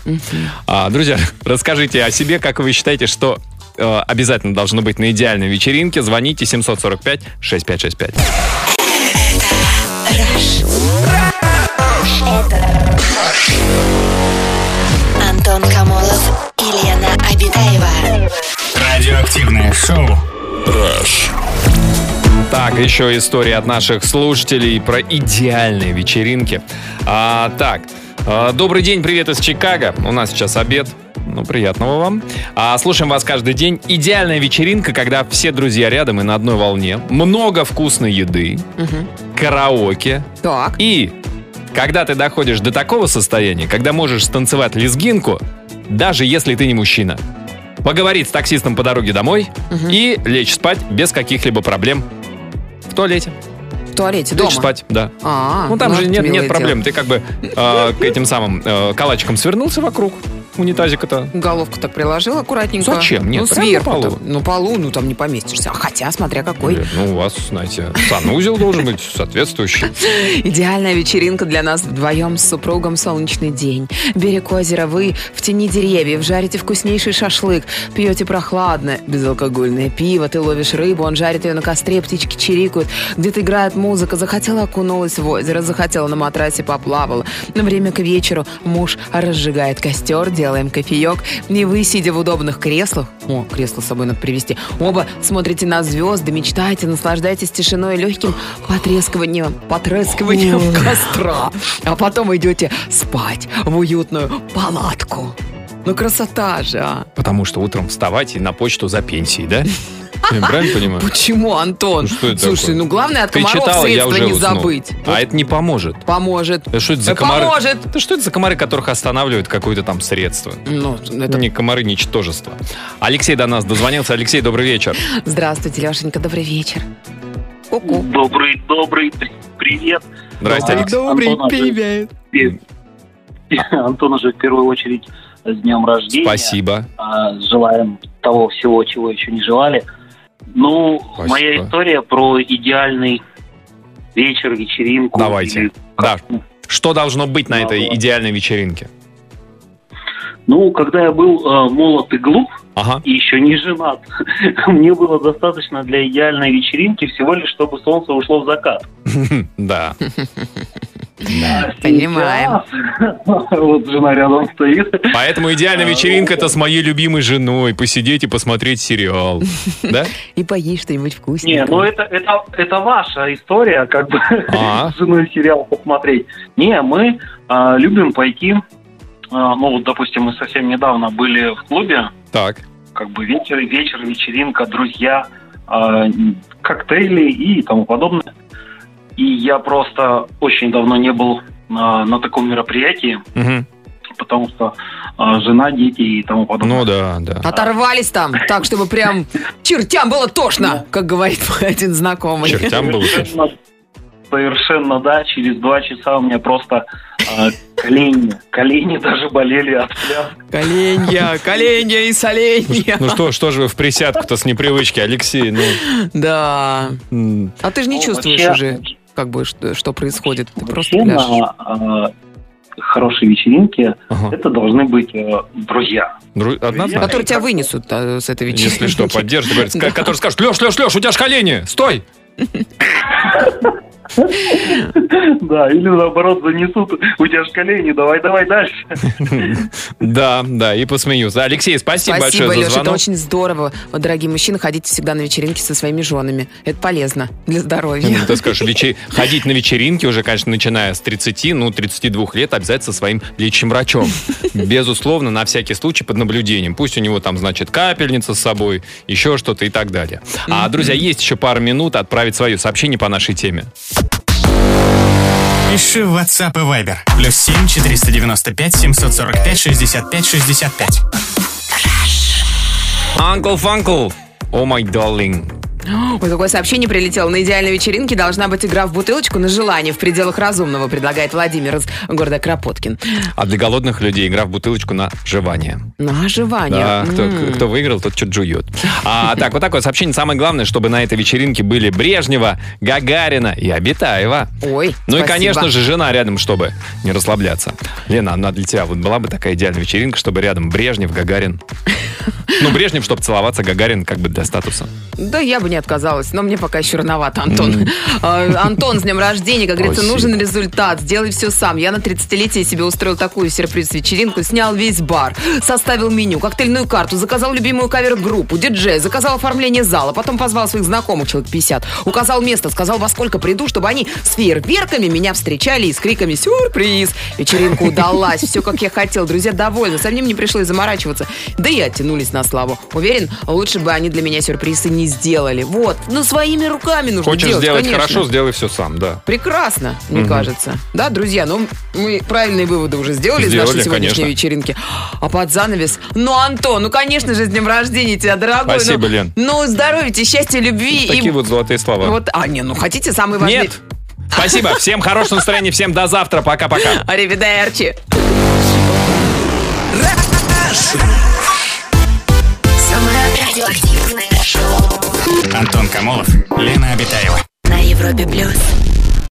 [SPEAKER 3] А, друзья, (laughs) расскажите о себе, как вы считаете, что э, обязательно должно быть на идеальной вечеринке. Звоните 745-6565.
[SPEAKER 1] Антон Камолов и Лена Обитаева.
[SPEAKER 5] Радиоактивное шоу.
[SPEAKER 2] Rush.
[SPEAKER 3] Так, еще история от наших слушателей про идеальные вечеринки. А, так, э, добрый день, привет из Чикаго. У нас сейчас обед. Ну, приятного вам. А, слушаем вас каждый день. Идеальная вечеринка, когда все друзья рядом и на одной волне. Много вкусной еды,
[SPEAKER 4] Мгм.
[SPEAKER 3] караоке.
[SPEAKER 4] Так,
[SPEAKER 3] И когда ты доходишь до такого состояния, когда можешь станцевать лезгинку, даже если ты не мужчина. Поговорить с таксистом по дороге домой
[SPEAKER 4] Мгм.
[SPEAKER 3] и лечь спать без каких-либо проблем. В туалете.
[SPEAKER 4] в туалете
[SPEAKER 3] Лечь
[SPEAKER 4] дома.
[SPEAKER 3] спать, да.
[SPEAKER 4] А,
[SPEAKER 3] ну там же
[SPEAKER 4] это
[SPEAKER 3] нет,
[SPEAKER 4] милое
[SPEAKER 3] нет проблем. Ты как бы э, к этим самым э, калачикам свернулся вокруг унитазика-то.
[SPEAKER 4] дело. Головку так приложил аккуратненько.
[SPEAKER 3] Зачем? Нет,
[SPEAKER 4] ну,
[SPEAKER 3] прямо
[SPEAKER 4] сверху.
[SPEAKER 3] на полу.
[SPEAKER 4] там. Ну, полу, ну там не поместишься. А Хотя, смотря какой.
[SPEAKER 3] Э, Ну, у вас, знаете, санузел должен быть соответствующий.
[SPEAKER 4] Идеальная вечеринка для нас вдвоем с супругом солнечный день. Берег озера вы в тени деревьев жарите вкуснейший шашлык, пьете прохладное, безалкогольное пиво, ты ловишь рыбу, он жарит ее на костре, птички чирикают, где-то играет музыка, захотела окунулась в озеро, захотела на матрасе поплавала. На время к вечеру муж разжигает костер, делаем кофеек, и вы, сидя в удобных креслах, о, кресло с собой надо привезти, оба смотрите на звезды, мечтаете, наслаждаетесь тишиной и легким потрескиванием, потрескиванием костра. А потом идете спать в уютную палатку. Ну красота же, а.
[SPEAKER 3] Потому что утром вставать и на почту за
[SPEAKER 4] (laughs)
[SPEAKER 3] пенсией, да? Я правильно понимаю?
[SPEAKER 4] Почему, Антон?
[SPEAKER 3] Ну, что это
[SPEAKER 4] Слушай,
[SPEAKER 3] такое?
[SPEAKER 4] ну главное от
[SPEAKER 3] Ты
[SPEAKER 4] комаров
[SPEAKER 3] читала, я
[SPEAKER 4] средства
[SPEAKER 3] уже
[SPEAKER 4] не
[SPEAKER 3] уснул.
[SPEAKER 4] забыть.
[SPEAKER 3] А это не поможет.
[SPEAKER 4] Поможет.
[SPEAKER 3] Да что это за
[SPEAKER 4] Да
[SPEAKER 3] комары?
[SPEAKER 4] поможет.
[SPEAKER 3] Да что это за комары, которых останавливают какое-то там средство?
[SPEAKER 4] Ну,
[SPEAKER 3] Это
[SPEAKER 4] это...
[SPEAKER 3] не комары, ничтожество. Алексей до нас дозвонился. Алексей, добрый вечер.
[SPEAKER 4] Здравствуйте, Лешенька, добрый вечер. Ку-ку.
[SPEAKER 10] Добрый, добрый, при- привет.
[SPEAKER 3] Здрасте,
[SPEAKER 10] А,
[SPEAKER 3] Алексей.
[SPEAKER 10] Антона же- И- Антона же в первую очередь с днем рождения.
[SPEAKER 3] Спасибо.
[SPEAKER 10] А, Желаем того всего, чего еще не желали. Ну,
[SPEAKER 3] Спасибо.
[SPEAKER 10] моя история про идеальный вечер, вечеринку.
[SPEAKER 3] Давайте.
[SPEAKER 10] или-
[SPEAKER 3] Да. Что должно быть на этой
[SPEAKER 10] Мало.
[SPEAKER 3] идеальной вечеринке?
[SPEAKER 10] Ну, когда я был э, молод и глуп,
[SPEAKER 3] Ага. (laughs)
[SPEAKER 10] и еще не женат, (laughs) мне было достаточно для идеальной вечеринки всего лишь, чтобы солнце ушло в закат.
[SPEAKER 3] Да.
[SPEAKER 4] Понимаем.
[SPEAKER 10] (laughs) Вот жена рядом стоит.
[SPEAKER 3] Поэтому идеальная вечеринка это с моей любимой женой. Посидеть и посмотреть сериал. Да?
[SPEAKER 4] И поесть что-нибудь
[SPEAKER 10] Не,
[SPEAKER 4] вкусненькое.
[SPEAKER 10] ну это, это, это ваша история, как бы
[SPEAKER 3] А.
[SPEAKER 10] (laughs) с женой сериал посмотреть. Не, мы а, любим пойти, а, ну вот, допустим, мы совсем недавно были в клубе,
[SPEAKER 3] Так.
[SPEAKER 10] как бы вечер, вечер, вечеринка, друзья, а, м, коктейли и тому подобное. И я просто очень давно не был а, на таком мероприятии,
[SPEAKER 3] Мгм.
[SPEAKER 10] потому что а, жена, дети и тому подобное.
[SPEAKER 3] Ну да, да.
[SPEAKER 4] (laughs) Оторвались там, так, чтобы прям чертям было тошно, как говорит мой один знакомый.
[SPEAKER 3] Чертям было.
[SPEAKER 10] Совершенно, совершенно да, через два часа у меня просто э, колени, (laughs) колени даже болели от пляс.
[SPEAKER 3] (laughs)
[SPEAKER 4] Коленья, коленья и соленья.
[SPEAKER 3] Ну что, что же вы в присядку-то с непривычки, Алексей? Ну,
[SPEAKER 4] Да.
[SPEAKER 3] м,
[SPEAKER 4] А ты же не
[SPEAKER 10] Ну,
[SPEAKER 4] чувствуешь
[SPEAKER 10] вообще-
[SPEAKER 4] уже, как бы, что, что происходит.
[SPEAKER 3] Ну,
[SPEAKER 4] Ты просто
[SPEAKER 10] Вообще
[SPEAKER 4] пляшешь.
[SPEAKER 10] на э, хорошей вечеринке
[SPEAKER 3] ага.
[SPEAKER 10] это должны быть э, друзья.
[SPEAKER 3] Дру- Однозначно.
[SPEAKER 4] Которые тебя вынесут а, с этой вечеринки.
[SPEAKER 3] Если что,
[SPEAKER 4] (laughs)
[SPEAKER 3] поддержит, говорит,
[SPEAKER 4] Да.
[SPEAKER 3] который скажет, Леш, Леш, Леш, у тебя ж колени, стой!
[SPEAKER 10] (laughs) Да, или наоборот занесут, у тебя же колени, давай, давай дальше.
[SPEAKER 3] (laughs) Да, да, и посмеются. Алексей, спасибо большое
[SPEAKER 4] Спасибо,
[SPEAKER 3] за
[SPEAKER 4] Леша, это
[SPEAKER 3] звонок.
[SPEAKER 4] очень здорово. Вот, дорогие мужчины, ходите всегда на вечеринки со своими женами. Это полезно для здоровья.
[SPEAKER 3] Ну, Ты скажешь, вече- ходить на вечеринки уже, конечно, начиная с 30, ну, 32 лет, обязательно со своим лечащим врачом. Безусловно, на всякий случай под наблюдением. Пусть у него там, значит, капельница с собой, еще что-то и так далее. А, друзья, есть еще пару минут отправить свое сообщение по нашей теме.
[SPEAKER 5] Пиши в WhatsApp и Viber. Плюс 7 495 745 65 65.
[SPEAKER 3] Uncle Фанкл, о май darling.
[SPEAKER 4] Ой, какое сообщение прилетело. На идеальной вечеринке должна быть игра в бутылочку на желание в пределах разумного, предлагает Владимир из города Кропоткин.
[SPEAKER 3] А для голодных людей игра в бутылочку на жевание.
[SPEAKER 4] На оживание.
[SPEAKER 3] Да, кто,
[SPEAKER 4] М.
[SPEAKER 3] кто выиграл, тот что-то жует. А, так, вот такое сообщение. Самое главное, чтобы на этой вечеринке были Брежнева, Гагарина и Обитаева.
[SPEAKER 4] Ой,
[SPEAKER 3] Ну и,
[SPEAKER 4] спасибо.
[SPEAKER 3] конечно же, жена рядом, чтобы не расслабляться. Лена, она для тебя вот была бы такая идеальная вечеринка, чтобы рядом Брежнев,
[SPEAKER 4] (laughs)
[SPEAKER 3] Гагарин. Ну, Брежнев, чтобы целоваться, Гагарин как бы для статуса.
[SPEAKER 4] Да, я бы не отказалась, но мне пока еще рановато, Антон. А, Антон, с днем рождения, как говорится,
[SPEAKER 3] Спасибо.
[SPEAKER 4] нужен результат, сделай все сам. Я на 30-летие себе устроил такую сюрприз-вечеринку, снял весь бар, составил меню, коктейльную карту, заказал любимую кавер-группу, диджея, заказал оформление зала, потом позвал своих знакомых, человек 50, указал место, сказал, во сколько приду, чтобы они с фейерверками меня встречали и с криками «Сюрприз!». Вечеринка удалась, все как я хотел, друзья довольны, самим не пришлось заморачиваться, да и оттянулись на славу. Уверен, лучше бы они для меня сюрпризы не сделали. Вот, ну своими руками нужно
[SPEAKER 3] Хочешь
[SPEAKER 4] делать,
[SPEAKER 3] сделать
[SPEAKER 4] конечно.
[SPEAKER 3] хорошо, сделай все сам, да.
[SPEAKER 4] Прекрасно, мне
[SPEAKER 3] Мгм.
[SPEAKER 4] кажется. Да, друзья, ну мы правильные выводы уже сделали,
[SPEAKER 3] Сделали,
[SPEAKER 4] из нашей сегодняшней
[SPEAKER 3] конечно.
[SPEAKER 4] вечеринки. А под занавес, ну, Антон, ну, конечно же, с днем рождения тебя, дорогой.
[SPEAKER 3] Спасибо,
[SPEAKER 4] ну,
[SPEAKER 3] Лен.
[SPEAKER 4] Ну, здоровья тебе, счастья, любви.
[SPEAKER 3] Такие
[SPEAKER 4] и
[SPEAKER 3] вот золотые слова.
[SPEAKER 4] вот, а, не, ну, хотите самый важный...
[SPEAKER 3] Нет! Спасибо, всем хорошего настроения, всем до завтра, пока-пока.
[SPEAKER 4] Арчи.
[SPEAKER 1] Самое радиоактивное шоу
[SPEAKER 5] Антон Камолов, Лена Обитаева.
[SPEAKER 1] на Европе плюс.